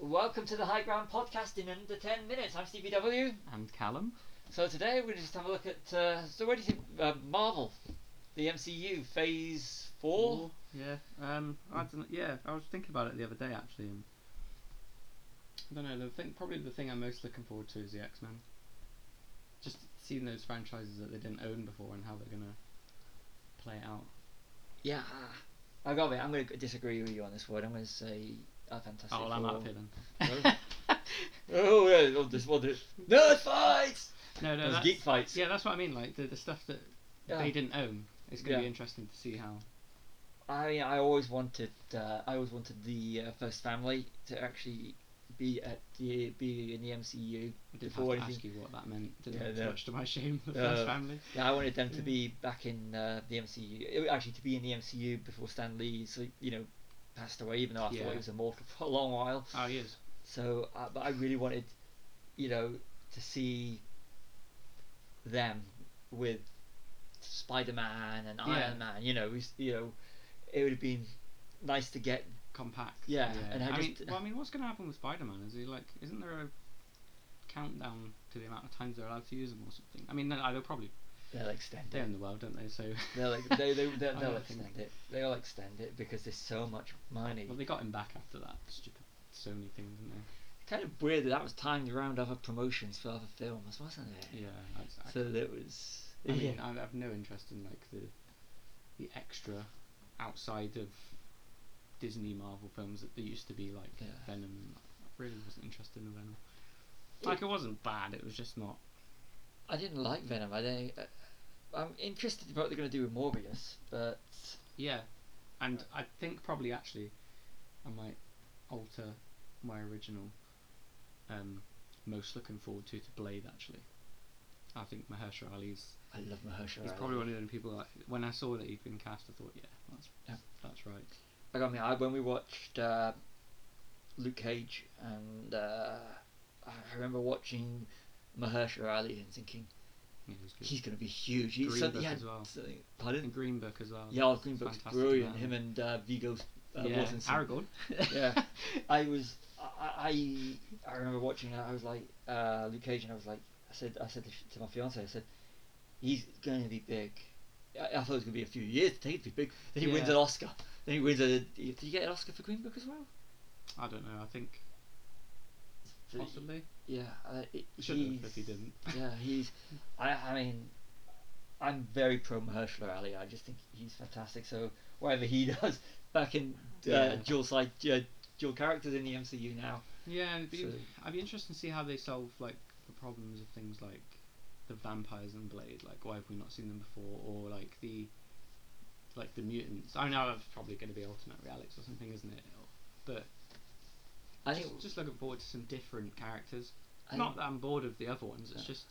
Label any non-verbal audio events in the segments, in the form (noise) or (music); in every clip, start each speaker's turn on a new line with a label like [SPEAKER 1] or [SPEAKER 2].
[SPEAKER 1] Welcome to the High Ground podcast in under 10 minutes. I'm Stevie W.
[SPEAKER 2] And Callum?
[SPEAKER 1] So today we're just have a look at. Uh, so what do you think? Uh, Marvel, the MCU, Phase Four.
[SPEAKER 2] Yeah. Um. I don't. Yeah. I was thinking about it the other day actually. And I don't know. The thing, probably the thing I'm most looking forward to is the X Men. Just seeing those franchises that they didn't own before and how they're gonna play it out.
[SPEAKER 1] Yeah. I got it. I'm going to disagree with you on this word. I'm going to say a Fantastic
[SPEAKER 2] oh, well, I'm
[SPEAKER 1] Four.
[SPEAKER 2] up here then.
[SPEAKER 1] Oh yeah, we'll just we'll do nerd fights.
[SPEAKER 2] (laughs) no, (laughs) no.
[SPEAKER 1] Those
[SPEAKER 2] That's,
[SPEAKER 1] geek fights.
[SPEAKER 2] Yeah, that's what I mean. Like the, the stuff that
[SPEAKER 1] Yeah.
[SPEAKER 2] they didn't own. It's gonna
[SPEAKER 1] Yeah.
[SPEAKER 2] be interesting to see how.
[SPEAKER 1] I mean, I always wanted, uh, I always wanted the uh, first family to actually be at the be in the MCU.
[SPEAKER 2] I did
[SPEAKER 1] Before
[SPEAKER 2] have to ask
[SPEAKER 1] anything-
[SPEAKER 2] you what that meant. Didn't
[SPEAKER 1] Yeah,
[SPEAKER 2] it?
[SPEAKER 1] no.
[SPEAKER 2] Much to my shame, (laughs) the
[SPEAKER 1] Uh,
[SPEAKER 2] first family.
[SPEAKER 1] Yeah, I wanted them to
[SPEAKER 2] Yeah.
[SPEAKER 1] be back in uh, the MCU, uh, actually to be in the MCU before Stan Lee, so, you know, passed away. Even though I thought
[SPEAKER 2] Yeah.
[SPEAKER 1] he was immortal for a long while.
[SPEAKER 2] Oh, he is.
[SPEAKER 1] So, uh, but I really wanted, you know, to see them with Spider-Man and Iron
[SPEAKER 2] Yeah.
[SPEAKER 1] Man. You know, who's- you know, it would have been nice to get
[SPEAKER 2] compact.
[SPEAKER 1] Yeah, and I
[SPEAKER 2] mean,
[SPEAKER 1] just-
[SPEAKER 2] well, I mean, what's going to happen with Spider-Man? Is he like, isn't there a countdown to the amount of times they're allowed to use them or something? I mean, no, they'll probably
[SPEAKER 1] they'll extend
[SPEAKER 2] they're
[SPEAKER 1] it.
[SPEAKER 2] in the world, don't they? So (laughs)
[SPEAKER 1] They'll ex- they they
[SPEAKER 2] I
[SPEAKER 1] they'll,
[SPEAKER 2] don't
[SPEAKER 1] they'll
[SPEAKER 2] think-
[SPEAKER 1] extend it. They'll extend it because there's so much money.
[SPEAKER 2] Well, they got him back after that stupid Sony thing, didn't they?
[SPEAKER 1] kind of weird that that was timed around other promotions for other films, wasn't it?
[SPEAKER 2] Yeah. That's, I,
[SPEAKER 1] So that was.
[SPEAKER 2] I mean,
[SPEAKER 1] yeah.
[SPEAKER 2] I have no interest in like the the extra outside of Disney Marvel films that there used to be, like
[SPEAKER 1] Yeah.
[SPEAKER 2] Venom. And I really wasn't interested in Venom. Like it wasn't bad. It was just not.
[SPEAKER 1] I didn't like Venom. I don't. Uh, I'm interested in what they're going to do with Morbius, but
[SPEAKER 2] Yeah, and I think probably actually, I might alter my original. Um, most looking forward to to Blade actually. I think Mahershala Ali's
[SPEAKER 1] I love Mahershala.
[SPEAKER 2] he's
[SPEAKER 1] Ali.
[SPEAKER 2] probably one of them people. That, when I saw that he'd been cast, I thought, yeah, that's
[SPEAKER 1] Yeah.
[SPEAKER 2] that's right.
[SPEAKER 1] Like, I mean, I, when we watched uh, Luke Cage, and uh, I remember watching Mahershala Ali and thinking
[SPEAKER 2] Yeah, he's good.
[SPEAKER 1] he's going to be huge. He,
[SPEAKER 2] Green
[SPEAKER 1] suddenly
[SPEAKER 2] Book
[SPEAKER 1] had
[SPEAKER 2] as well.
[SPEAKER 1] something- Pardon?
[SPEAKER 2] and Green Book as well.
[SPEAKER 1] Yeah, well, Green Book's
[SPEAKER 2] Fantastic
[SPEAKER 1] brilliant.
[SPEAKER 2] man.
[SPEAKER 1] Him and uh, Vigo uh,
[SPEAKER 2] yeah,
[SPEAKER 1] Mortensen.
[SPEAKER 2] Aragorn.
[SPEAKER 1] (laughs) Yeah. I was, I, I, I remember watching that. I was like, uh, Luke Cage, and I was like, I said, I said to sh- to my fiance, I said, he's going to be big. I, I thought it was going to be a few years to take it to be big. Then he wins
[SPEAKER 2] Yeah.
[SPEAKER 1] an Oscar. Then he wins a. Did he get an Oscar for Green Book as well?
[SPEAKER 2] (laughs) I don't know. I think
[SPEAKER 1] So,
[SPEAKER 2] possibly.
[SPEAKER 1] Yeah. Uh, it,
[SPEAKER 2] Shouldn't have
[SPEAKER 1] he's-
[SPEAKER 2] if he didn't. (laughs)
[SPEAKER 1] yeah, he's. I, I mean, I'm very pro Mahershala Ali. I just think he's fantastic. So whatever he (laughs) does, back in uh,
[SPEAKER 2] Yeah.
[SPEAKER 1] dual side, uh, dual characters in the MCU now.
[SPEAKER 2] Yeah, it'd be,
[SPEAKER 1] So-
[SPEAKER 2] I'd be interested to see how they solve like the problems of things like the vampires and Blade. Like, why have we not seen them before? Or like the like the mutants. I know it's probably going to be alternate realities or something, isn't it? But
[SPEAKER 1] I think.
[SPEAKER 2] just, just looking forward to some different characters.
[SPEAKER 1] I
[SPEAKER 2] not
[SPEAKER 1] think,
[SPEAKER 2] that I'm bored of the other ones. It's
[SPEAKER 1] Yeah.
[SPEAKER 2] just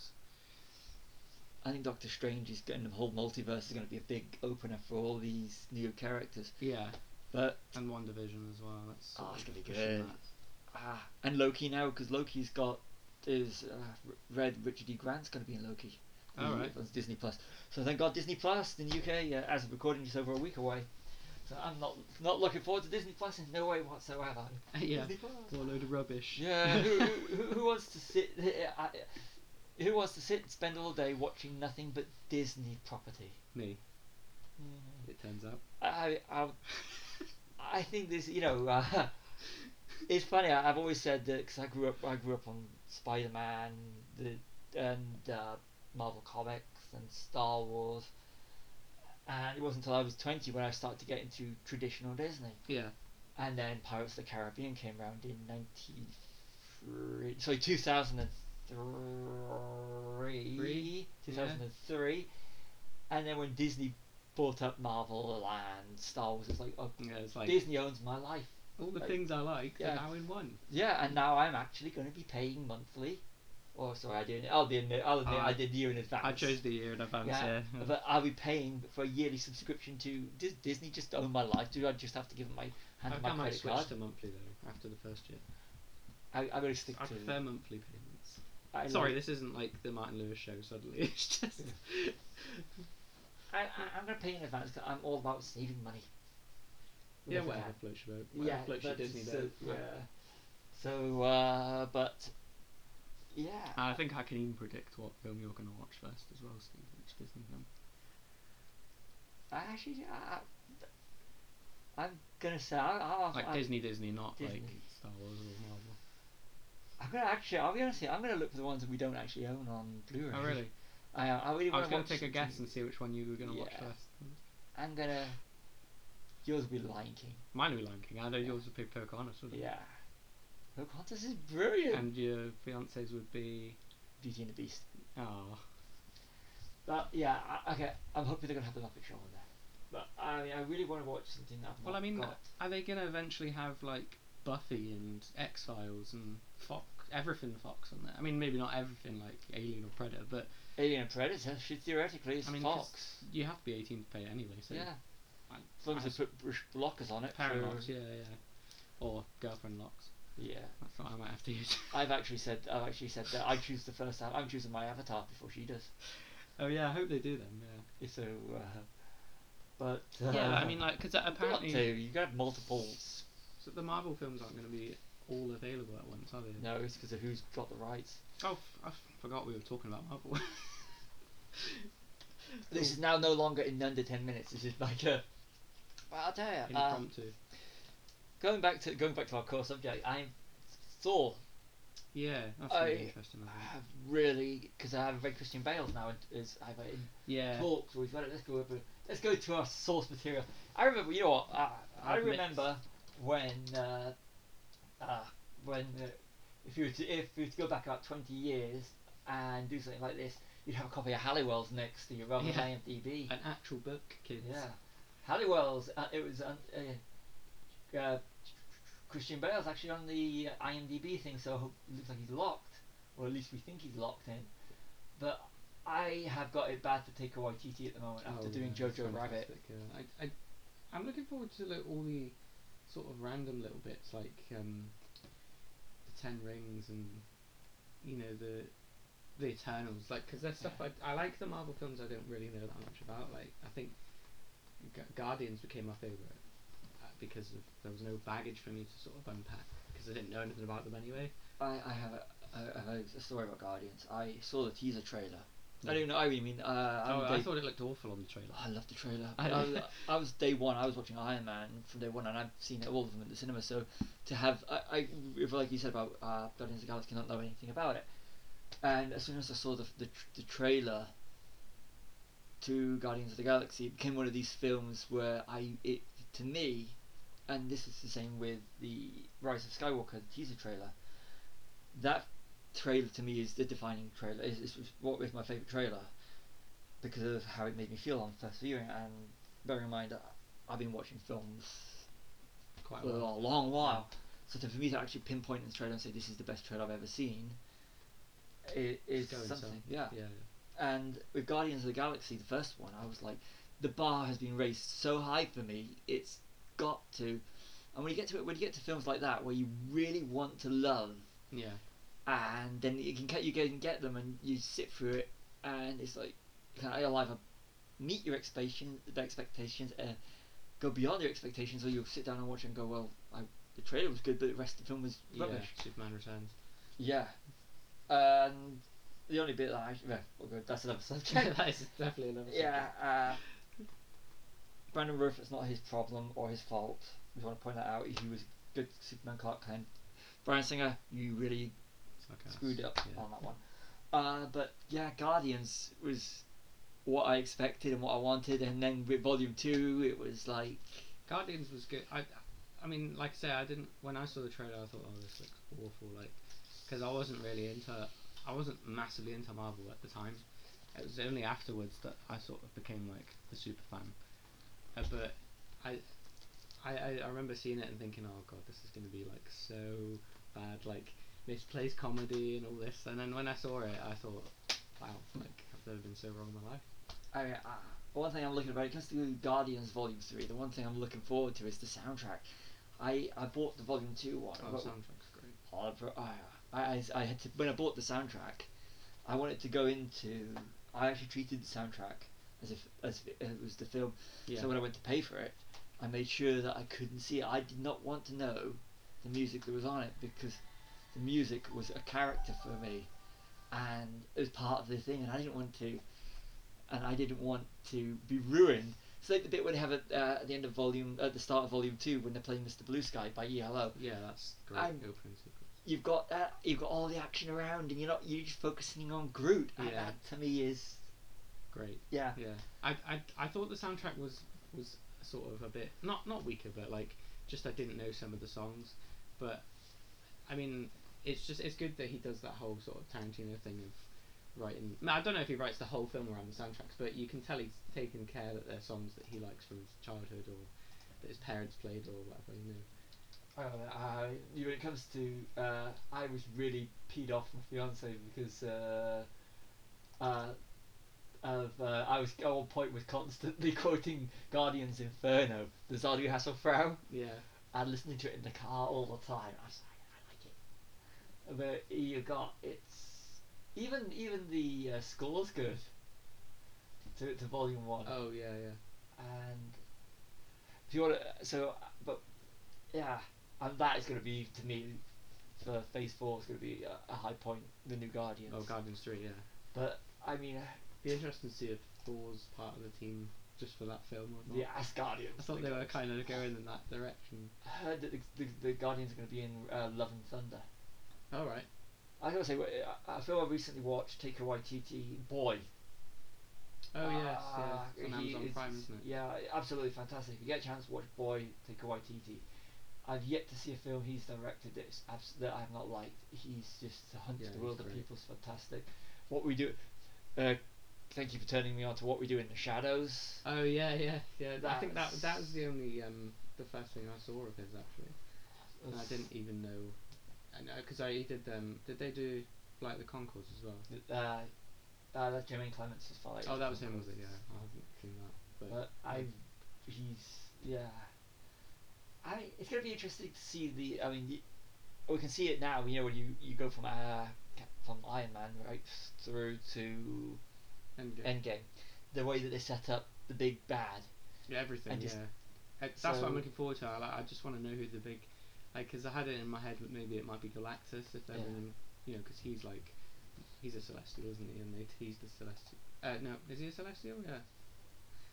[SPEAKER 1] I think Doctor Strange is going the whole multiverse is going to be a big opener for all these new characters.
[SPEAKER 2] yeah,
[SPEAKER 1] But
[SPEAKER 2] and One Division as well. That's
[SPEAKER 1] Oh,
[SPEAKER 2] sort
[SPEAKER 1] it's
[SPEAKER 2] of
[SPEAKER 1] gonna be
[SPEAKER 2] pushing
[SPEAKER 1] good.
[SPEAKER 2] that. (laughs)
[SPEAKER 1] ah, and Loki now because Loki's got is uh, R- Red Richard E. Grant's going to be in Loki.
[SPEAKER 2] All
[SPEAKER 1] the-
[SPEAKER 2] right.
[SPEAKER 1] on Disney Plus. So thank God Disney Plus in the UK, uh, as of recording, is over a week away. So I'm not not looking forward to Disney Plus in no way whatsoever.
[SPEAKER 2] yeah,
[SPEAKER 1] Disney Plus.
[SPEAKER 2] it's all a load of rubbish.
[SPEAKER 1] Yeah. Who, who, who wants to sit? I, who wants to sit and spend all day watching nothing but Disney property?
[SPEAKER 2] (laughs) Me,
[SPEAKER 1] Mm.
[SPEAKER 2] it
[SPEAKER 1] (laughs)
[SPEAKER 2] turns out.
[SPEAKER 1] I I, I think this. You know. Uh, (laughs) it's funny. I, I've always said that because I grew up. I grew up on Spider Man, the and uh, Marvel comics and Star Wars. And it wasn't until I was twenty when I started to get into traditional Disney.
[SPEAKER 2] Yeah,
[SPEAKER 1] And then Pirates of the Caribbean came around in ninety three. Sorry, two thousand and three.
[SPEAKER 2] Three,
[SPEAKER 1] Two thousand and three. And then when Disney bought up Marvel and Star Wars, it's like, oh,
[SPEAKER 2] yeah. It's like
[SPEAKER 1] Disney owns my life.
[SPEAKER 2] all the
[SPEAKER 1] like-
[SPEAKER 2] things I like.
[SPEAKER 1] yeah.
[SPEAKER 2] They're now in one.
[SPEAKER 1] Yeah,
[SPEAKER 2] Mm.
[SPEAKER 1] and now I'm actually going to be paying monthly. Oh, sorry, I didn't. I'll be. admit, I'll admit, I
[SPEAKER 2] I-
[SPEAKER 1] did year in advance.
[SPEAKER 2] Oh, I chose the year in advance.
[SPEAKER 1] Yeah,
[SPEAKER 2] Yeah.
[SPEAKER 1] But I'll be paying for a yearly subscription to does Disney just own my life? Do I just have to give them my hand
[SPEAKER 2] I
[SPEAKER 1] my
[SPEAKER 2] might
[SPEAKER 1] credit
[SPEAKER 2] switch
[SPEAKER 1] card?
[SPEAKER 2] to monthly though after the first year.
[SPEAKER 1] I, I'm going to stick
[SPEAKER 2] I
[SPEAKER 1] to.
[SPEAKER 2] prefer monthly payments.
[SPEAKER 1] I
[SPEAKER 2] Sorry,
[SPEAKER 1] like-
[SPEAKER 2] this isn't like the Martin Lewis show. Suddenly, (laughs) it's just
[SPEAKER 1] I, I, I'm going to pay in advance 'cause I'm all about saving money.
[SPEAKER 2] (laughs) yeah,
[SPEAKER 1] If I
[SPEAKER 2] whatever
[SPEAKER 1] can.
[SPEAKER 2] floats your boat.
[SPEAKER 1] Yeah,
[SPEAKER 2] Whatever floats your
[SPEAKER 1] but
[SPEAKER 2] Disney
[SPEAKER 1] so,
[SPEAKER 2] boat.
[SPEAKER 1] yeah. So, uh, but yeah,
[SPEAKER 2] And I think I can even predict what film you're going to watch first as well, Steve. Which Disney film?
[SPEAKER 1] I actually, I, I- I'm gonna say, I, I,
[SPEAKER 2] Like
[SPEAKER 1] Oh, I,
[SPEAKER 2] Disney, Disney, not like
[SPEAKER 1] Disney.
[SPEAKER 2] Star Wars
[SPEAKER 1] (laughs)
[SPEAKER 2] or Marvel.
[SPEAKER 1] I'm gonna actually, I'll be honest, with you, I'm gonna look for the ones that we don't actually own on Blu-ray.
[SPEAKER 2] Oh really?
[SPEAKER 1] I, I really want
[SPEAKER 2] I was
[SPEAKER 1] to
[SPEAKER 2] going to take a guess and see which one you were going to watch
[SPEAKER 1] Yeah.
[SPEAKER 2] first.
[SPEAKER 1] I'm gonna. Yours will be Lion King.
[SPEAKER 2] Mine would be Lion King. I know yours would be Pocahontas, wouldn't
[SPEAKER 1] Yeah. Pocahontas is brilliant.
[SPEAKER 2] it? And your fiance's would be
[SPEAKER 1] Beauty and the Beast.
[SPEAKER 2] oh,
[SPEAKER 1] But yeah, I, okay. I'm hoping they're gonna have the Muppet Show on there. But I mean, I really want to watch something that. I've
[SPEAKER 2] Well,
[SPEAKER 1] not
[SPEAKER 2] I mean,
[SPEAKER 1] got.
[SPEAKER 2] are they going to eventually have like Buffy and X Files and Fox, everything Fox on there? I mean, maybe not everything like Alien or Predator, but
[SPEAKER 1] Alien and Predator should theoretically is
[SPEAKER 2] I mean, 'cause
[SPEAKER 1] Fox.
[SPEAKER 2] you have to be 18 to pay it anyway, so
[SPEAKER 1] yeah.
[SPEAKER 2] I-
[SPEAKER 1] As long as
[SPEAKER 2] I
[SPEAKER 1] they put British blockers on it. for-
[SPEAKER 2] parent locks, yeah, yeah, or girlfriend locks.
[SPEAKER 1] yeah.
[SPEAKER 2] That's what I might have to use. (laughs)
[SPEAKER 1] I've actually said I've actually said that I choose the first. av- I'm choosing my avatar before she does.
[SPEAKER 2] oh yeah, I hope they do them.
[SPEAKER 1] (laughs)
[SPEAKER 2] Yeah.
[SPEAKER 1] So, uh, but uh,
[SPEAKER 2] Yeah, I mean, like, because apparently,
[SPEAKER 1] you got to you got to have multiple.
[SPEAKER 2] so the Marvel films aren't going to be all available at once, are they?
[SPEAKER 1] No, it's because of who's got the rights.
[SPEAKER 2] Oh, f- I f- forgot we were talking about
[SPEAKER 1] Um,
[SPEAKER 2] Marvel. (laughs)
[SPEAKER 1] This is now no longer in under ten minutes. This is like a. Well, I'll tell you. Uh,
[SPEAKER 2] Impromptu.
[SPEAKER 1] going back to going back to our core subject, I Thor
[SPEAKER 2] Yeah, that's gonna be
[SPEAKER 1] I-
[SPEAKER 2] interesting. I think.
[SPEAKER 1] have really because I haven't read Christian Bale's now. and Is I've read
[SPEAKER 2] Yeah.
[SPEAKER 1] talks. We've got it. Let's go. Over, let's go to our source material. I remember. You know what? I, I
[SPEAKER 2] I've mixed.
[SPEAKER 1] remember when uh, uh, when uh, if you were to, if you were to go back about twenty years and do something like this, you'd have a copy of Halliwell's next to your rather
[SPEAKER 2] Yeah.
[SPEAKER 1] than IMDb.
[SPEAKER 2] An actual book, kids.
[SPEAKER 1] Yeah, Halliwell's. Uh, it was on. Uh, uh, Christian Bale's actually on the uh, IMDb thing, so it looks like he's locked, or at least we think he's locked in. But I have got it bad for Taika Waititi at the moment after
[SPEAKER 2] Oh,
[SPEAKER 1] doing
[SPEAKER 2] yeah,
[SPEAKER 1] Jojo Rabbit.
[SPEAKER 2] fantastic, yeah. I, I, I'm looking forward to like, all the sort of random little bits like um, the Ten Rings and you know the the Eternals, like because there's stuff I, I like the Marvel films I don't really know that much about. Like I think Gu- Guardians became my favorite uh, because of, there was no baggage for me to sort of unpack because I didn't know anything about them anyway.
[SPEAKER 1] I, I have a, a, a- a story about Guardians. I saw the teaser trailer.
[SPEAKER 2] Yeah.
[SPEAKER 1] I don't know. I really mean, uh, I'm
[SPEAKER 2] Oh,
[SPEAKER 1] day-
[SPEAKER 2] I thought it looked awful on the trailer.
[SPEAKER 1] I love the trailer.
[SPEAKER 2] I
[SPEAKER 1] I,
[SPEAKER 2] know.
[SPEAKER 1] was, I was day one. I was watching Iron Man from day one, and I've seen all of them at the cinema. So to have, I, I if, like you said about uh, Guardians of the Galaxy, not know anything about it. And as soon as I saw the the, tr- the trailer to Guardians of the Galaxy, it became one of these films where I it to me, and this is the same with the Rise of Skywalker the teaser trailer. That trailer to me is the defining trailer. Is is what is my favorite trailer because of how it made me feel on first viewing. And bearing in mind, I- I've been watching films
[SPEAKER 2] Quite
[SPEAKER 1] for a
[SPEAKER 2] well.
[SPEAKER 1] long, while, so to, for me to actually pinpoint this trailer and say this is the best trailer I've ever seen, it is
[SPEAKER 2] It's going
[SPEAKER 1] something.
[SPEAKER 2] some-
[SPEAKER 1] Yeah.
[SPEAKER 2] Yeah.
[SPEAKER 1] And with Guardians of the Galaxy, the first one, I was like, the bar has been raised so high for me. It's got to. And when you get to it, when you get to films like that, where you really want to love
[SPEAKER 2] Yeah.
[SPEAKER 1] and then you can get you go and get them and you sit through it and it's like you can either either meet your expectation the expectations and go beyond your expectations or you'll sit down and watch and go well I, the trailer was good but the rest of the film was rubbish
[SPEAKER 2] Yeah. Superman Returns.
[SPEAKER 1] yeah, and the only bit that I yeah, well, good, that's another (laughs) subject
[SPEAKER 2] (laughs) that is definitely another.
[SPEAKER 1] yeah uh, Brandon Roof it's not his problem or his fault we want to point that out he was good Superman Clark Kent Brian Singer you really
[SPEAKER 2] subject.
[SPEAKER 1] screwed up
[SPEAKER 2] Yeah.
[SPEAKER 1] on that one. Uh, but yeah, Guardians was what I expected and what I wanted, and then with Volume Two, it was like
[SPEAKER 2] Guardians was good. I, I mean, like I say, I didn't. When I saw the trailer, I thought, oh, this looks awful. Like, because I wasn't really into. I wasn't massively into Marvel at the time. It was only afterwards that I sort of became like a super fan. Uh, but I, I, I, I remember seeing it and thinking, oh god, this is going to be like so bad, like misplaced comedy and all this. And then when I saw it, I thought, wow, like I've never been so wrong in my life.
[SPEAKER 1] I mean, uh, one thing I'm looking about it comes to Guardians Volume Three. The one thing I'm looking forward to is the soundtrack. I, I bought the Volume Two one.
[SPEAKER 2] Oh,
[SPEAKER 1] but-
[SPEAKER 2] the soundtrack's great.
[SPEAKER 1] Oliver, I, I, I had to when I bought the soundtrack, I wanted to go into. I actually treated the soundtrack as if as if it was the film.
[SPEAKER 2] Yeah.
[SPEAKER 1] So when I went to pay for it, I made sure that I couldn't see it. I did not want to know the music that was on it because the music was a character for me, and it was part of the thing, and I didn't want to, and I didn't want to be ruined. It's like the bit where they have at, uh, at the end of volume, at the start of volume two, when they're playing Mr. Blue Sky by ELO.
[SPEAKER 2] Yeah, that's great
[SPEAKER 1] I'm-
[SPEAKER 2] opening sequence.
[SPEAKER 1] You've got that, you've got all the action around, and you're not you're just focusing on Groot. And
[SPEAKER 2] Yeah.
[SPEAKER 1] that to me is
[SPEAKER 2] Great.
[SPEAKER 1] yeah.
[SPEAKER 2] Yeah. I, I I thought the soundtrack was was sort of a bit not not weaker, but like just I didn't know some of the songs, but I mean it's just it's good that he does that whole sort of Tarantino thing of writing. I, I don't know if he writes the whole film around the soundtracks, but you can tell he's taken care that they're songs that he likes from his childhood or that his parents played or whatever. You know.
[SPEAKER 1] Uh, I, you- when it comes to, uh, I was really peed off my fiance because uh, uh, of uh, I was at one point was constantly (laughs) quoting Guardians Inferno, the Zazu Hasselfrau,
[SPEAKER 2] Yeah.
[SPEAKER 1] and listening to it in the car all the time. I was like, I like it. But you got it's even even the uh, score's good to to volume one
[SPEAKER 2] Oh yeah yeah.
[SPEAKER 1] and if you want to, so uh, but yeah, and that is going to be to me for Phase Four is going to be a, a high point. The new Guardians.
[SPEAKER 2] Oh Guardians Three yeah.
[SPEAKER 1] But I mean,
[SPEAKER 2] Be interesting to see if Thor's part of the team just for that film or not.
[SPEAKER 1] the Asgardians.
[SPEAKER 2] I thought they were kind of going in that direction.
[SPEAKER 1] I heard that the, the, the Guardians are going to be in uh, Love and Thunder.
[SPEAKER 2] All right.
[SPEAKER 1] I gotta say, wh- I, I feel I recently watched Taika Waititi Boy.
[SPEAKER 2] Oh yes, yeah.
[SPEAKER 1] Ah,
[SPEAKER 2] It's on
[SPEAKER 1] he
[SPEAKER 2] Amazon
[SPEAKER 1] is-
[SPEAKER 2] Prime, isn't it?
[SPEAKER 1] Yeah, absolutely fantastic. If you get a chance, watch Boy Taika Waititi. I've yet to see a film he's directed that, is abs- that I've not liked. He's just the hunt
[SPEAKER 2] Yeah,
[SPEAKER 1] the world
[SPEAKER 2] he's
[SPEAKER 1] of
[SPEAKER 2] great.
[SPEAKER 1] people's fantastic. What we do. Uh, thank you for turning me on to what we do in the shadows.
[SPEAKER 2] Oh yeah, yeah, yeah. I think that that was
[SPEAKER 1] That's-
[SPEAKER 2] the only um the first thing I saw of his actually. And Uh, I didn't even know, and because I he did them. Did they do Flight of the Concords as well?
[SPEAKER 1] Uh, uh, that's Jermaine Clements as far. as
[SPEAKER 2] oh, that was
[SPEAKER 1] I'm
[SPEAKER 2] him, was it?
[SPEAKER 1] concerned.
[SPEAKER 2] Yeah, I haven't seen that. But,
[SPEAKER 1] But I, he's yeah. I it's gonna be interesting to see the. I mean, y we can see it now. You know when you you go from uh Cap- from Iron Man right through to
[SPEAKER 2] and
[SPEAKER 1] Endgame, the way that they set up the big bad.
[SPEAKER 2] Yeah, everything.
[SPEAKER 1] And just-
[SPEAKER 2] yeah, Uh, that's what
[SPEAKER 1] so-
[SPEAKER 2] I'm looking forward to. I, like, I just want to know who the big, like, because I had it in my head that maybe it might be Galactus if they're
[SPEAKER 1] Yeah.
[SPEAKER 2] in, you know, because he's like, he's a celestial, isn't he? And they he's the celestial. Uh, no, is he a celestial? Yeah,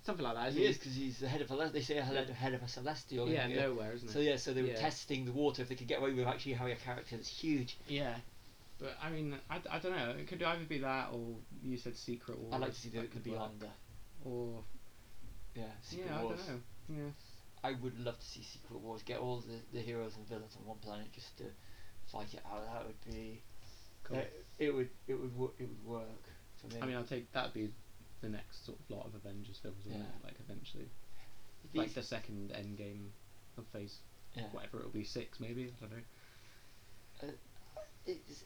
[SPEAKER 2] something like that. Isn't
[SPEAKER 1] He is because he's the head of a. le- They say a head,
[SPEAKER 2] Yeah.
[SPEAKER 1] head of a celestial.
[SPEAKER 2] Yeah,
[SPEAKER 1] and, uh,
[SPEAKER 2] nowhere, isn't
[SPEAKER 1] So
[SPEAKER 2] it?
[SPEAKER 1] yeah, so they were
[SPEAKER 2] Yeah.
[SPEAKER 1] testing the water if they could get away with actually having a character that's huge.
[SPEAKER 2] Yeah. But I mean, I, I don't know. It could either be that, or you said secret, or
[SPEAKER 1] I'd like to see the,
[SPEAKER 2] that
[SPEAKER 1] the
[SPEAKER 2] could work.
[SPEAKER 1] Beyonder.
[SPEAKER 2] Or
[SPEAKER 1] Yeah, Secret
[SPEAKER 2] yeah,
[SPEAKER 1] Wars.
[SPEAKER 2] I don't know. Yeah.
[SPEAKER 1] I would love to see Secret Wars. Get all the, the heroes and villains on one planet just to fight it out. That would be.
[SPEAKER 2] Cool.
[SPEAKER 1] that- it would it would wo- it would work for me.
[SPEAKER 2] I mean, I'll take that'd be the next sort of lot of Avengers films, wouldn't
[SPEAKER 1] Yeah.
[SPEAKER 2] it? Like eventually.
[SPEAKER 1] These-
[SPEAKER 2] like the second end game of phase
[SPEAKER 1] yeah.
[SPEAKER 2] whatever it'll be six maybe I don't know
[SPEAKER 1] It's,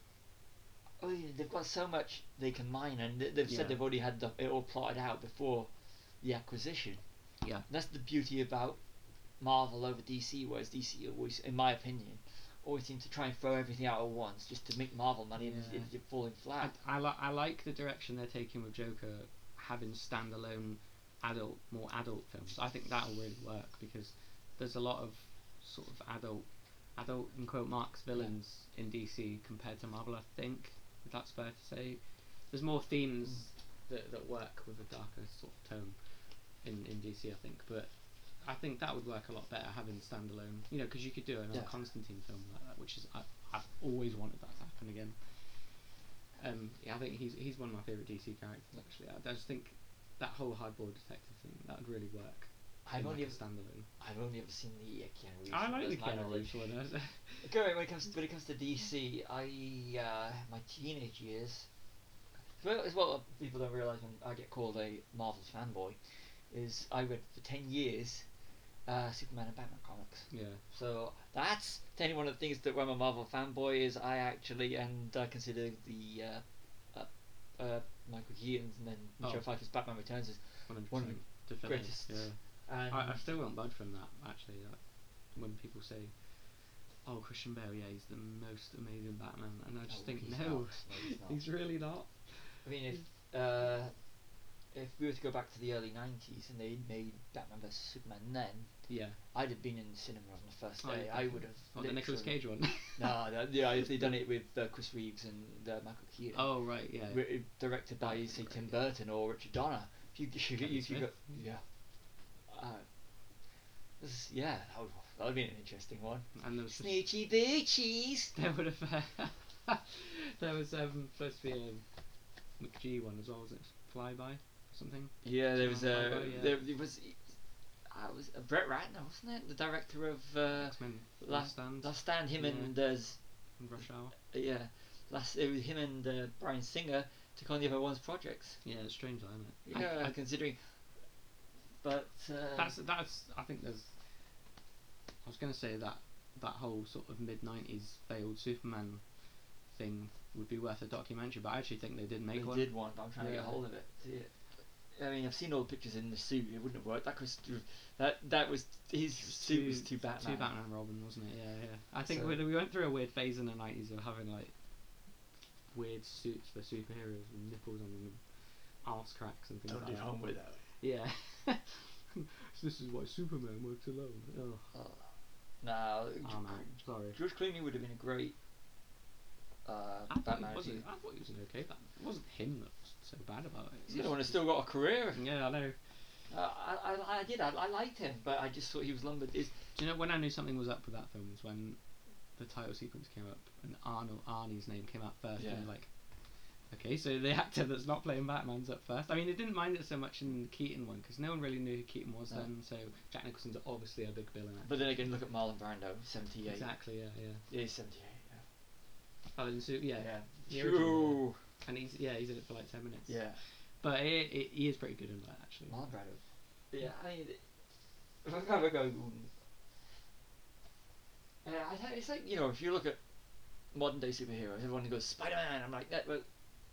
[SPEAKER 1] I mean, they've got so much they can mine, and they, they've
[SPEAKER 2] Yeah.
[SPEAKER 1] said they've already had the, it all plotted out before the acquisition.
[SPEAKER 2] Yeah.
[SPEAKER 1] That's the beauty about Marvel over DC, whereas DC always, in my opinion, always seems to try and throw everything out at once just to make Marvel money and
[SPEAKER 2] Yeah.
[SPEAKER 1] it's- it's falling
[SPEAKER 2] I,
[SPEAKER 1] flat.
[SPEAKER 2] I, li- I like the direction they're taking with Joker having standalone adult more adult films I think that'll really work because there's a lot of sort of adult adult in quote marks villains in DC compared to Marvel I think if that's fair to say there's more themes that, that work with a darker sort of tone in, in DC I think but I think that would work a lot better having standalone you know because you could do another
[SPEAKER 1] Yeah.
[SPEAKER 2] Constantine film like that which is I, I've always wanted that to happen again um, yeah, I think he's he's one of my favourite DC characters actually. I, I just think that whole hardboiled detective thing that would really work.
[SPEAKER 1] I've
[SPEAKER 2] in, like,
[SPEAKER 1] only,
[SPEAKER 2] a
[SPEAKER 1] ever,
[SPEAKER 2] standalone.
[SPEAKER 1] I've only ever seen the uh, Keanu Reeves.
[SPEAKER 2] I
[SPEAKER 1] one,
[SPEAKER 2] like the
[SPEAKER 1] that's my
[SPEAKER 2] Keanu
[SPEAKER 1] knowledge.
[SPEAKER 2] Reeves one. I-
[SPEAKER 1] Going when it comes when it comes to DC, I uh, my teenage years. Well, as well, people don't realise when I get called a Marvel fanboy, is I read for ten years, uh, Superman and Batman comics.
[SPEAKER 2] (laughs) yeah,
[SPEAKER 1] So that's telling you one of the things that when I'm a Marvel fanboy is I actually and I consider the uh, uh, uh, Michael Keaton's and then Michelle
[SPEAKER 2] Oh.
[SPEAKER 1] Pfeiffer's Batman Returns is
[SPEAKER 2] one hundred
[SPEAKER 1] One of
[SPEAKER 2] percent.
[SPEAKER 1] the
[SPEAKER 2] The
[SPEAKER 1] greatest.
[SPEAKER 2] Yeah,
[SPEAKER 1] and
[SPEAKER 2] I, I still won't budge from that actually. Like, when people say, "Oh, Christian Bale, yeah, he's the most amazing Batman," and I just
[SPEAKER 1] No,
[SPEAKER 2] (laughs) think,
[SPEAKER 1] Oh, he's
[SPEAKER 2] no,
[SPEAKER 1] not. No, he's not.
[SPEAKER 2] really not.
[SPEAKER 1] I mean if. Uh, if we were to go back to the early '90s and they made Batman vs Superman then,
[SPEAKER 2] Yeah.
[SPEAKER 1] I'd have been in the cinema on the first
[SPEAKER 2] Oh,
[SPEAKER 1] day.
[SPEAKER 2] yeah,
[SPEAKER 1] I would have.
[SPEAKER 2] Oh, the Nicolas
[SPEAKER 1] literally-
[SPEAKER 2] Cage one.
[SPEAKER 1] (laughs) No, no, yeah, if they'd done it with uh, Chris Reeves and uh, Michael Keaton.
[SPEAKER 2] (laughs) oh right, yeah.
[SPEAKER 1] Ri- directed by say
[SPEAKER 2] Right,
[SPEAKER 1] Tim
[SPEAKER 2] yeah.
[SPEAKER 1] Burton or Richard Donner. If you if you,
[SPEAKER 2] Kevin
[SPEAKER 1] if you
[SPEAKER 2] Smith.
[SPEAKER 1] got yeah, uh, this is- yeah, that would that would be an interesting one.
[SPEAKER 2] And there was just-
[SPEAKER 1] Snoochie Boochies.
[SPEAKER 2] (laughs) there would have uh, (laughs) there was um, supposed to be a McG one as well, was it? Flyby or something?
[SPEAKER 1] Yeah, there was
[SPEAKER 2] Oh,
[SPEAKER 1] a
[SPEAKER 2] yeah.
[SPEAKER 1] there it was. I was uh, Brett Ratner, wasn't it? The director of uh,
[SPEAKER 2] X Men
[SPEAKER 1] Last-
[SPEAKER 2] Last Stand,
[SPEAKER 1] Last Stand. Him
[SPEAKER 2] Yeah.
[SPEAKER 1] and there's
[SPEAKER 2] and Rush Hour.
[SPEAKER 1] yeah, last it was him and uh, Brian Singer took on the other one's projects.
[SPEAKER 2] Yeah, it's strange, isn't it? I-
[SPEAKER 1] Yeah,
[SPEAKER 2] I-
[SPEAKER 1] considering. But uh,
[SPEAKER 2] that's that's I think there's I was gonna say that that whole sort of mid nineties failed Superman thing would be worth a documentary, but I actually think they did make
[SPEAKER 1] they
[SPEAKER 2] one.
[SPEAKER 1] did one, but I'm trying to
[SPEAKER 2] Yeah.
[SPEAKER 1] get hold of it. See it. I mean, I've seen all the pictures in the suit. It wouldn't have worked. That was that that was his
[SPEAKER 2] It was
[SPEAKER 1] suit was too Batman.
[SPEAKER 2] Two Batman Robin, wasn't it? Yeah, yeah. I think
[SPEAKER 1] So-
[SPEAKER 2] we, we went through a weird phase in the nineties of having like weird suits for superheroes with nipples on them, arse cracks and things like that.
[SPEAKER 1] with that.
[SPEAKER 2] Yeah. (laughs) So this is why Superman works alone. Oh,
[SPEAKER 1] Oh. No, G-
[SPEAKER 2] oh man, sorry.
[SPEAKER 1] George Clooney would have been a great uh,
[SPEAKER 2] I thought,
[SPEAKER 1] Batman.
[SPEAKER 2] he
[SPEAKER 1] if
[SPEAKER 2] was,
[SPEAKER 1] he-
[SPEAKER 2] I thought he was an okay Batman. It wasn't him that was so bad about it.
[SPEAKER 1] He's the only one who's still got a career.
[SPEAKER 2] (laughs) Yeah, I know.
[SPEAKER 1] Uh, I, I, I did. I, I liked him, but I just thought he was lumbered. Is
[SPEAKER 2] Do you know when I knew something was up with that film was when the title sequence came up and Arnold Arnie's name came out first and
[SPEAKER 1] Yeah.
[SPEAKER 2] you're like okay so the (laughs) actor that's not playing Batman's up first I mean they didn't mind it so much in the Keaton one because no one really knew who Keaton was
[SPEAKER 1] No.
[SPEAKER 2] then so Jack Nicholson's obviously a big villain actor.
[SPEAKER 1] But then again, look at Marlon Brando, 78.
[SPEAKER 2] exactly yeah yeah
[SPEAKER 1] Yeah, he's 78.
[SPEAKER 2] oh and so, yeah,
[SPEAKER 1] Yeah.
[SPEAKER 2] The original,
[SPEAKER 1] Phew.
[SPEAKER 2] and he's yeah he's in it for like 10 minutes
[SPEAKER 1] yeah.
[SPEAKER 2] but he, he, he is pretty good in that actually
[SPEAKER 1] Marlon Brando. Yeah, I mean, if I ever go, uh, I, don't- it's like you know, if you look at modern day superheroes, everyone goes Spider Man. I'm like, that, well,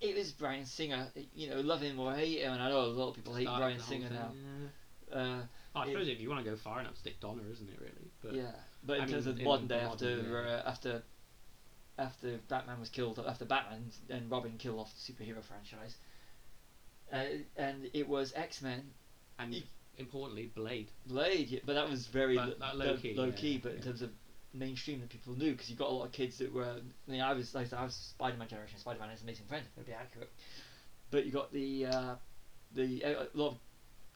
[SPEAKER 1] it was Brian Singer. You know, love him or hate him, and I know a lot of people hate
[SPEAKER 2] Started
[SPEAKER 1] Brian
[SPEAKER 2] the whole
[SPEAKER 1] Singer
[SPEAKER 2] thing,
[SPEAKER 1] now.
[SPEAKER 2] yeah.
[SPEAKER 1] Uh,
[SPEAKER 2] oh, I
[SPEAKER 1] It-
[SPEAKER 2] suppose if you want to go far enough stick Donner isn't it really but
[SPEAKER 1] yeah, but in
[SPEAKER 2] I
[SPEAKER 1] terms
[SPEAKER 2] mean,
[SPEAKER 1] of
[SPEAKER 2] in
[SPEAKER 1] modern day,
[SPEAKER 2] modern,
[SPEAKER 1] after
[SPEAKER 2] yeah.
[SPEAKER 1] uh, after after Batman was killed, after Batman and Robin killed off the superhero franchise, uh, and it was X Men
[SPEAKER 2] and
[SPEAKER 1] he-
[SPEAKER 2] importantly Blade
[SPEAKER 1] Blade, yeah, but that was very
[SPEAKER 2] That-
[SPEAKER 1] lo-
[SPEAKER 2] that low
[SPEAKER 1] lo-
[SPEAKER 2] key,
[SPEAKER 1] low
[SPEAKER 2] yeah,
[SPEAKER 1] key, but in
[SPEAKER 2] yeah.
[SPEAKER 1] terms of mainstream that people knew, because you got a lot of kids that were. I mean, I was like I said, I was Spider Man generation. Spider Man is an amazing friend. It'd be accurate, but you got the uh, the uh, a lot of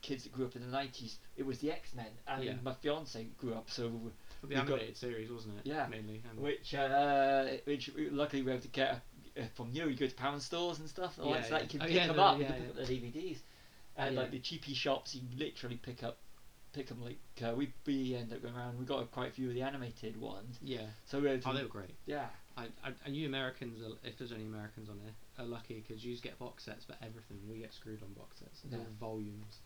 [SPEAKER 1] kids that grew up in the nineties. It was the X Men, and
[SPEAKER 2] Yeah.
[SPEAKER 1] my fiance grew up, so
[SPEAKER 2] Well,
[SPEAKER 1] You've
[SPEAKER 2] the
[SPEAKER 1] got-
[SPEAKER 2] animated series, wasn't it?
[SPEAKER 1] Yeah.
[SPEAKER 2] Mainly. And
[SPEAKER 1] which uh, which we- luckily we were able to get uh, from you. know, You go to pound stores and stuff. and all that,
[SPEAKER 2] Yeah,
[SPEAKER 1] so that
[SPEAKER 2] yeah.
[SPEAKER 1] you can
[SPEAKER 2] Oh,
[SPEAKER 1] pick
[SPEAKER 2] yeah,
[SPEAKER 1] them
[SPEAKER 2] no,
[SPEAKER 1] up. you
[SPEAKER 2] yeah,
[SPEAKER 1] can
[SPEAKER 2] yeah. Oh,
[SPEAKER 1] pick up the DVDs, and
[SPEAKER 2] Yeah.
[SPEAKER 1] like the cheapy shops, you literally pick up, pick them like uh, we we end up going around. We got quite a few of the animated ones,
[SPEAKER 2] yeah.
[SPEAKER 1] so we had
[SPEAKER 2] Oh, they were great.
[SPEAKER 1] yeah.
[SPEAKER 2] I, I, and you Americans, are, if there's any Americans on here, are lucky because you get box sets for everything. We get screwed on box sets. They're
[SPEAKER 1] Yeah.
[SPEAKER 2] all volumes.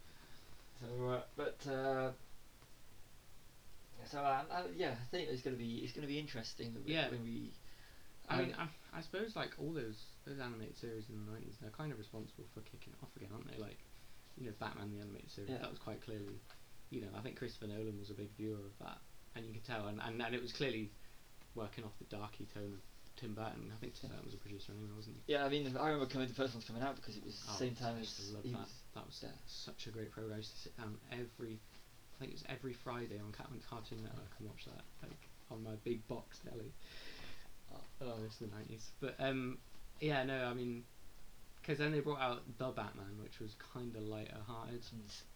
[SPEAKER 1] So uh, but uh, so um, uh, yeah, I think it's gonna be it's gonna be interesting. That we,
[SPEAKER 2] Yeah.
[SPEAKER 1] When we
[SPEAKER 2] I
[SPEAKER 1] Um,
[SPEAKER 2] mean, I, I suppose like all those those animated series in the nineties, they're kind of responsible for kicking it off again, aren't they? Like, you know, Batman the animated series.
[SPEAKER 1] Yeah.
[SPEAKER 2] That was quite clearly, you know, I think Christopher Nolan was a big viewer of that, and you could tell, and and, and it was clearly working off the darky tone of Tim Burton. I think Tim Burton was a producer anyway, wasn't he?
[SPEAKER 1] yeah, I mean, I remember coming the first one's coming out because it was the
[SPEAKER 2] Oh,
[SPEAKER 1] same time
[SPEAKER 2] I
[SPEAKER 1] as
[SPEAKER 2] used to love
[SPEAKER 1] he
[SPEAKER 2] that.
[SPEAKER 1] was-
[SPEAKER 2] that was
[SPEAKER 1] yeah.
[SPEAKER 2] such a great program. I used to sit down every, I think it was every Friday on Cat- on Cartoon Network and watch that, like on my big box telly.
[SPEAKER 1] Oh.
[SPEAKER 2] Oh, it's the nineties. But um, yeah, no, I mean, because then they brought out the Batman, which was kind of lighter-hearted.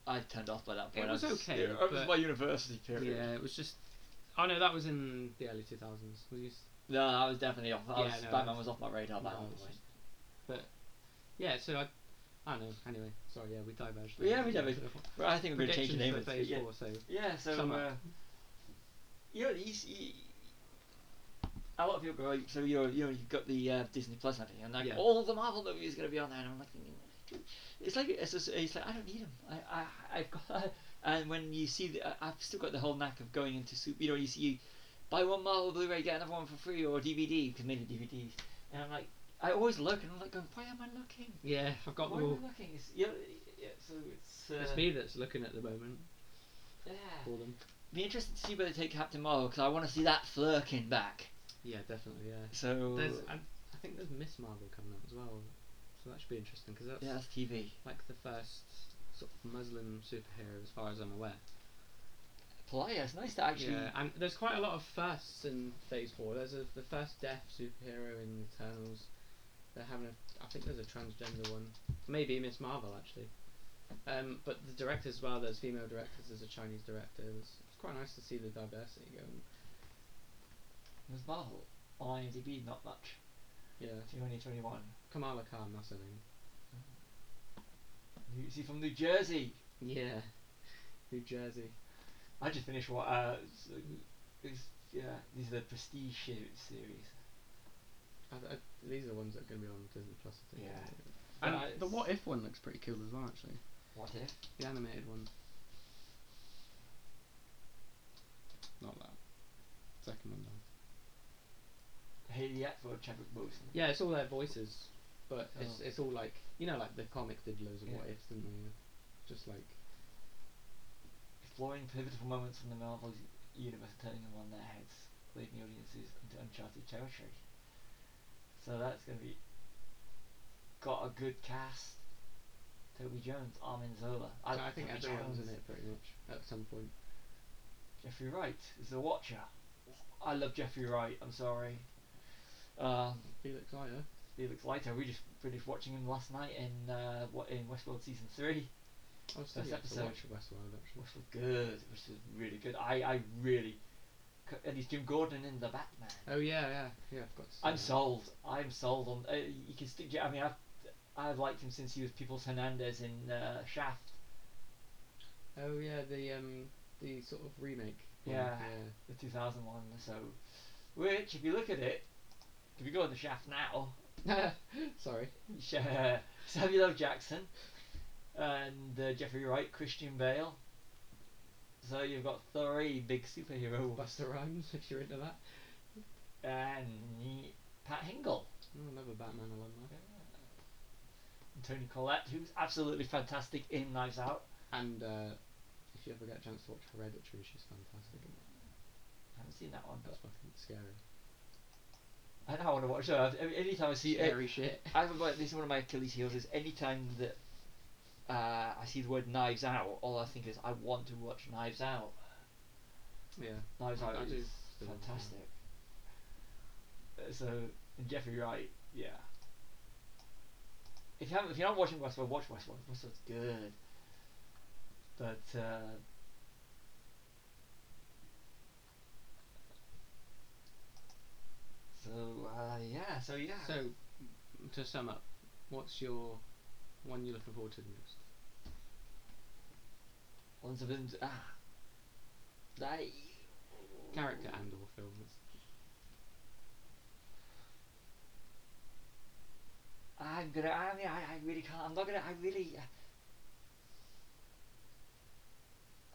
[SPEAKER 1] I turned off by that
[SPEAKER 2] It
[SPEAKER 1] point. I
[SPEAKER 2] was okay,
[SPEAKER 1] It was
[SPEAKER 2] but-
[SPEAKER 1] my university period.
[SPEAKER 2] Yeah, it was just. Oh no, that was in the early two thousands. Was you?
[SPEAKER 1] No, I was definitely off. I
[SPEAKER 2] Yeah,
[SPEAKER 1] was,
[SPEAKER 2] no,
[SPEAKER 1] Batman
[SPEAKER 2] that's-
[SPEAKER 1] was off my radar.
[SPEAKER 2] No,
[SPEAKER 1] That
[SPEAKER 2] it's
[SPEAKER 1] one.
[SPEAKER 2] just- But yeah, so I, I don't know. Anyway, sorry. Yeah, we diverged.
[SPEAKER 1] Well, yeah, we diverged. Well, I think we're going to change the
[SPEAKER 2] Predictions
[SPEAKER 1] name
[SPEAKER 2] for
[SPEAKER 1] of it.
[SPEAKER 2] Phase
[SPEAKER 1] Yeah,
[SPEAKER 2] Four. So
[SPEAKER 1] yeah so
[SPEAKER 2] Summer.
[SPEAKER 1] uh, you know, he's, he, a lot of people go. So you know, you know, you've got the uh, Disney Plus and everything, and like
[SPEAKER 2] Yeah.
[SPEAKER 1] all the Marvel movies going to be on there, and I'm like, thinking, it's like it's, just, it's like I don't need them. I, I I've got. (laughs) and when you see, the, I- I've still got the whole knack of going into super. You know, you see, you buy one Marvel Blu-ray, get another one for free, or DVD because mainly DVDs, and I'm like, I always look, and I'm like, going, why am I looking?
[SPEAKER 2] yeah, I've got
[SPEAKER 1] Why
[SPEAKER 2] them
[SPEAKER 1] am
[SPEAKER 2] all.
[SPEAKER 1] I looking? It's, yeah, yeah, so it's. Uh,
[SPEAKER 2] It's me that's looking at the moment
[SPEAKER 1] Yeah.
[SPEAKER 2] for them.
[SPEAKER 1] Be interested to see where they take Captain Marvel because I want to see that flirking back.
[SPEAKER 2] Yeah, definitely. Yeah.
[SPEAKER 1] So
[SPEAKER 2] There's, I, I think there's Miss Marvel coming out as well. So so that should be interesting because that's
[SPEAKER 1] Yeah, that's TV.
[SPEAKER 2] like the first sort of Muslim superhero, as far as I'm aware.
[SPEAKER 1] Polaya, it's nice to actually.
[SPEAKER 2] yeah, and there's quite a lot of firsts in Phase Four. There's a, the first deaf superhero in Eternals. They're having a, I think there's a transgender one, maybe Miss Marvel actually. Um, but the directors as well. There's female directors. There's a Chinese director. It was, it's quite nice to see the diversity going.
[SPEAKER 1] Ms. Marvel on IMDb, not much.
[SPEAKER 2] Yeah,
[SPEAKER 1] 2021.
[SPEAKER 2] Kamala Khan, that's her name.
[SPEAKER 1] New, see, from New Jersey.
[SPEAKER 2] Yeah, New Jersey.
[SPEAKER 1] I just finished what. Uh, s- it's, yeah, these are the Prestige shi- series.
[SPEAKER 2] I, I, these are the ones that are going to be on Disney Plus. I think.
[SPEAKER 1] Yeah.
[SPEAKER 2] And
[SPEAKER 1] Yeah,
[SPEAKER 2] the
[SPEAKER 1] it's-
[SPEAKER 2] What If one looks pretty cool as well, actually.
[SPEAKER 1] What if?
[SPEAKER 2] The animated one. Not that. Second one down.
[SPEAKER 1] Haley Atwood, Chadwick Boseman.
[SPEAKER 2] Yeah, it's all their voices, but it's
[SPEAKER 1] Oh.
[SPEAKER 2] it's all like you know, like the comics did loads of
[SPEAKER 1] Yeah.
[SPEAKER 2] what ifs, didn't they? Just like
[SPEAKER 1] Exploring pivotal moments from the Marvel universe, turning them on their heads, leading audiences into uncharted territory. So that's going to be. Got a good cast. Toby Jones, Armin Zola.
[SPEAKER 2] I, I think
[SPEAKER 1] Toby
[SPEAKER 2] everyone's in
[SPEAKER 1] Jones.
[SPEAKER 2] it pretty much at some point.
[SPEAKER 1] Jeffrey Wright is the Watcher. I love Jeffrey Wright. I'm sorry. Um,
[SPEAKER 2] Felix Leiter.
[SPEAKER 1] Felix Leiter. We just finished watching him last night in uh, what in Westworld season three.
[SPEAKER 2] I was still
[SPEAKER 1] First
[SPEAKER 2] yet to
[SPEAKER 1] episode.
[SPEAKER 2] watch Westworld actually.
[SPEAKER 1] Westworld good. Which is really good. I I really. c- And he's Jim Gordon in the Batman.
[SPEAKER 2] Oh yeah, yeah, yeah. I've got. To see
[SPEAKER 1] I'm
[SPEAKER 2] that.
[SPEAKER 1] sold. I'm sold on. Uh, you can stick. I mean, I've I've liked him since he was People's Hernandez in uh, Shaft.
[SPEAKER 2] Oh yeah, the um the sort of remake. one,
[SPEAKER 1] Yeah. the 2001 so which if you look at it if you go in the shaft now (laughs)
[SPEAKER 2] Yeah. (laughs) Sorry.
[SPEAKER 1] Sha- Samuel L. Jackson and uh, Jeffrey Wright Christian Bale so you've got three big superheroes
[SPEAKER 2] Buster Rhymes, (laughs) if you're into that.
[SPEAKER 1] and y- Pat Hingle
[SPEAKER 2] Oh, another Batman alumni.
[SPEAKER 1] and Tony Collette who's absolutely fantastic in Knives Out
[SPEAKER 2] And uh, if you ever get a chance to watch Hereditary, she's fantastic. in it.
[SPEAKER 1] I haven't seen that one but
[SPEAKER 2] That's fucking scary.
[SPEAKER 1] I now want to watch her Every- anytime I see it
[SPEAKER 2] Scary shit.
[SPEAKER 1] I have about this is one of my Achilles heels is anytime that uh, I see the word knives out, all I think is I want to watch Knives Out.
[SPEAKER 2] Yeah.
[SPEAKER 1] Knives
[SPEAKER 2] I-
[SPEAKER 1] Out
[SPEAKER 2] I do
[SPEAKER 1] is
[SPEAKER 2] still, yeah.
[SPEAKER 1] fantastic. Uh, So and Jeffrey Wright, yeah. If you haven't, if you're not watching Westworld, watch Westworld. Westworld's good. But uh, so uh, yeah, so yeah.
[SPEAKER 2] So, to sum up, what's your one you're looking forward to the most?
[SPEAKER 1] Once I've been ah, they
[SPEAKER 2] Character and or film? That's-
[SPEAKER 1] I'm gonna. I mean, I, I really can't. I'm not gonna. I really. uh,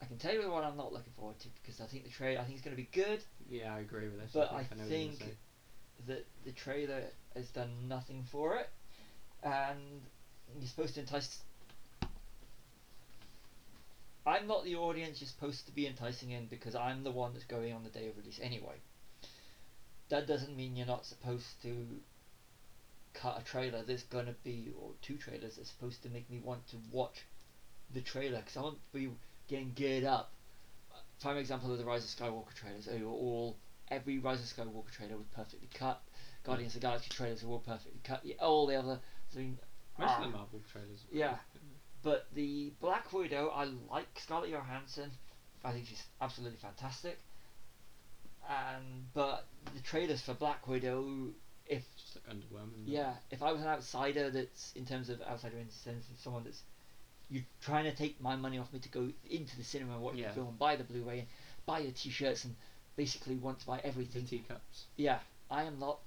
[SPEAKER 1] I can tell you what I'm not looking forward to because I think the trailer. I think it's gonna be good.
[SPEAKER 2] Yeah, I agree with this.
[SPEAKER 1] But
[SPEAKER 2] I
[SPEAKER 1] I
[SPEAKER 2] think, know what you're gonna
[SPEAKER 1] think-
[SPEAKER 2] say.
[SPEAKER 1] That the trailer has done nothing for it, and you're supposed to entice. I'm not the audience you're supposed to be enticing in because I'm the one that's going on the day of release anyway. That doesn't mean you're not supposed to cut a trailer. There's gonna be or two trailers that's supposed to make me want to watch the trailer because I want to be getting geared up. Uh, Prime example of the Rise of Skywalker trailers. They were all every Rise of Skywalker trailer was perfectly cut. Guardians of the Galaxy trailers were all perfectly cut. Yeah, all the other. I mean,
[SPEAKER 2] most
[SPEAKER 1] ah.
[SPEAKER 2] of the Marvel trailers. are
[SPEAKER 1] Yeah.
[SPEAKER 2] pretty good.
[SPEAKER 1] But the Black Widow, I like Scarlett Johansson. I think she's absolutely fantastic. And but the trailers for Black Widow, if
[SPEAKER 2] It's Just like underwhelming.
[SPEAKER 1] yeah, if I was an outsider, that's in terms of outsider in the sense of someone that's you're trying to take my money off me to go into the cinema and watch
[SPEAKER 2] Yeah.
[SPEAKER 1] the film, buy the Blu-ray, and buy your T-shirts, and basically want to buy
[SPEAKER 2] The
[SPEAKER 1] everything.
[SPEAKER 2] teacups.
[SPEAKER 1] Yeah, I am not.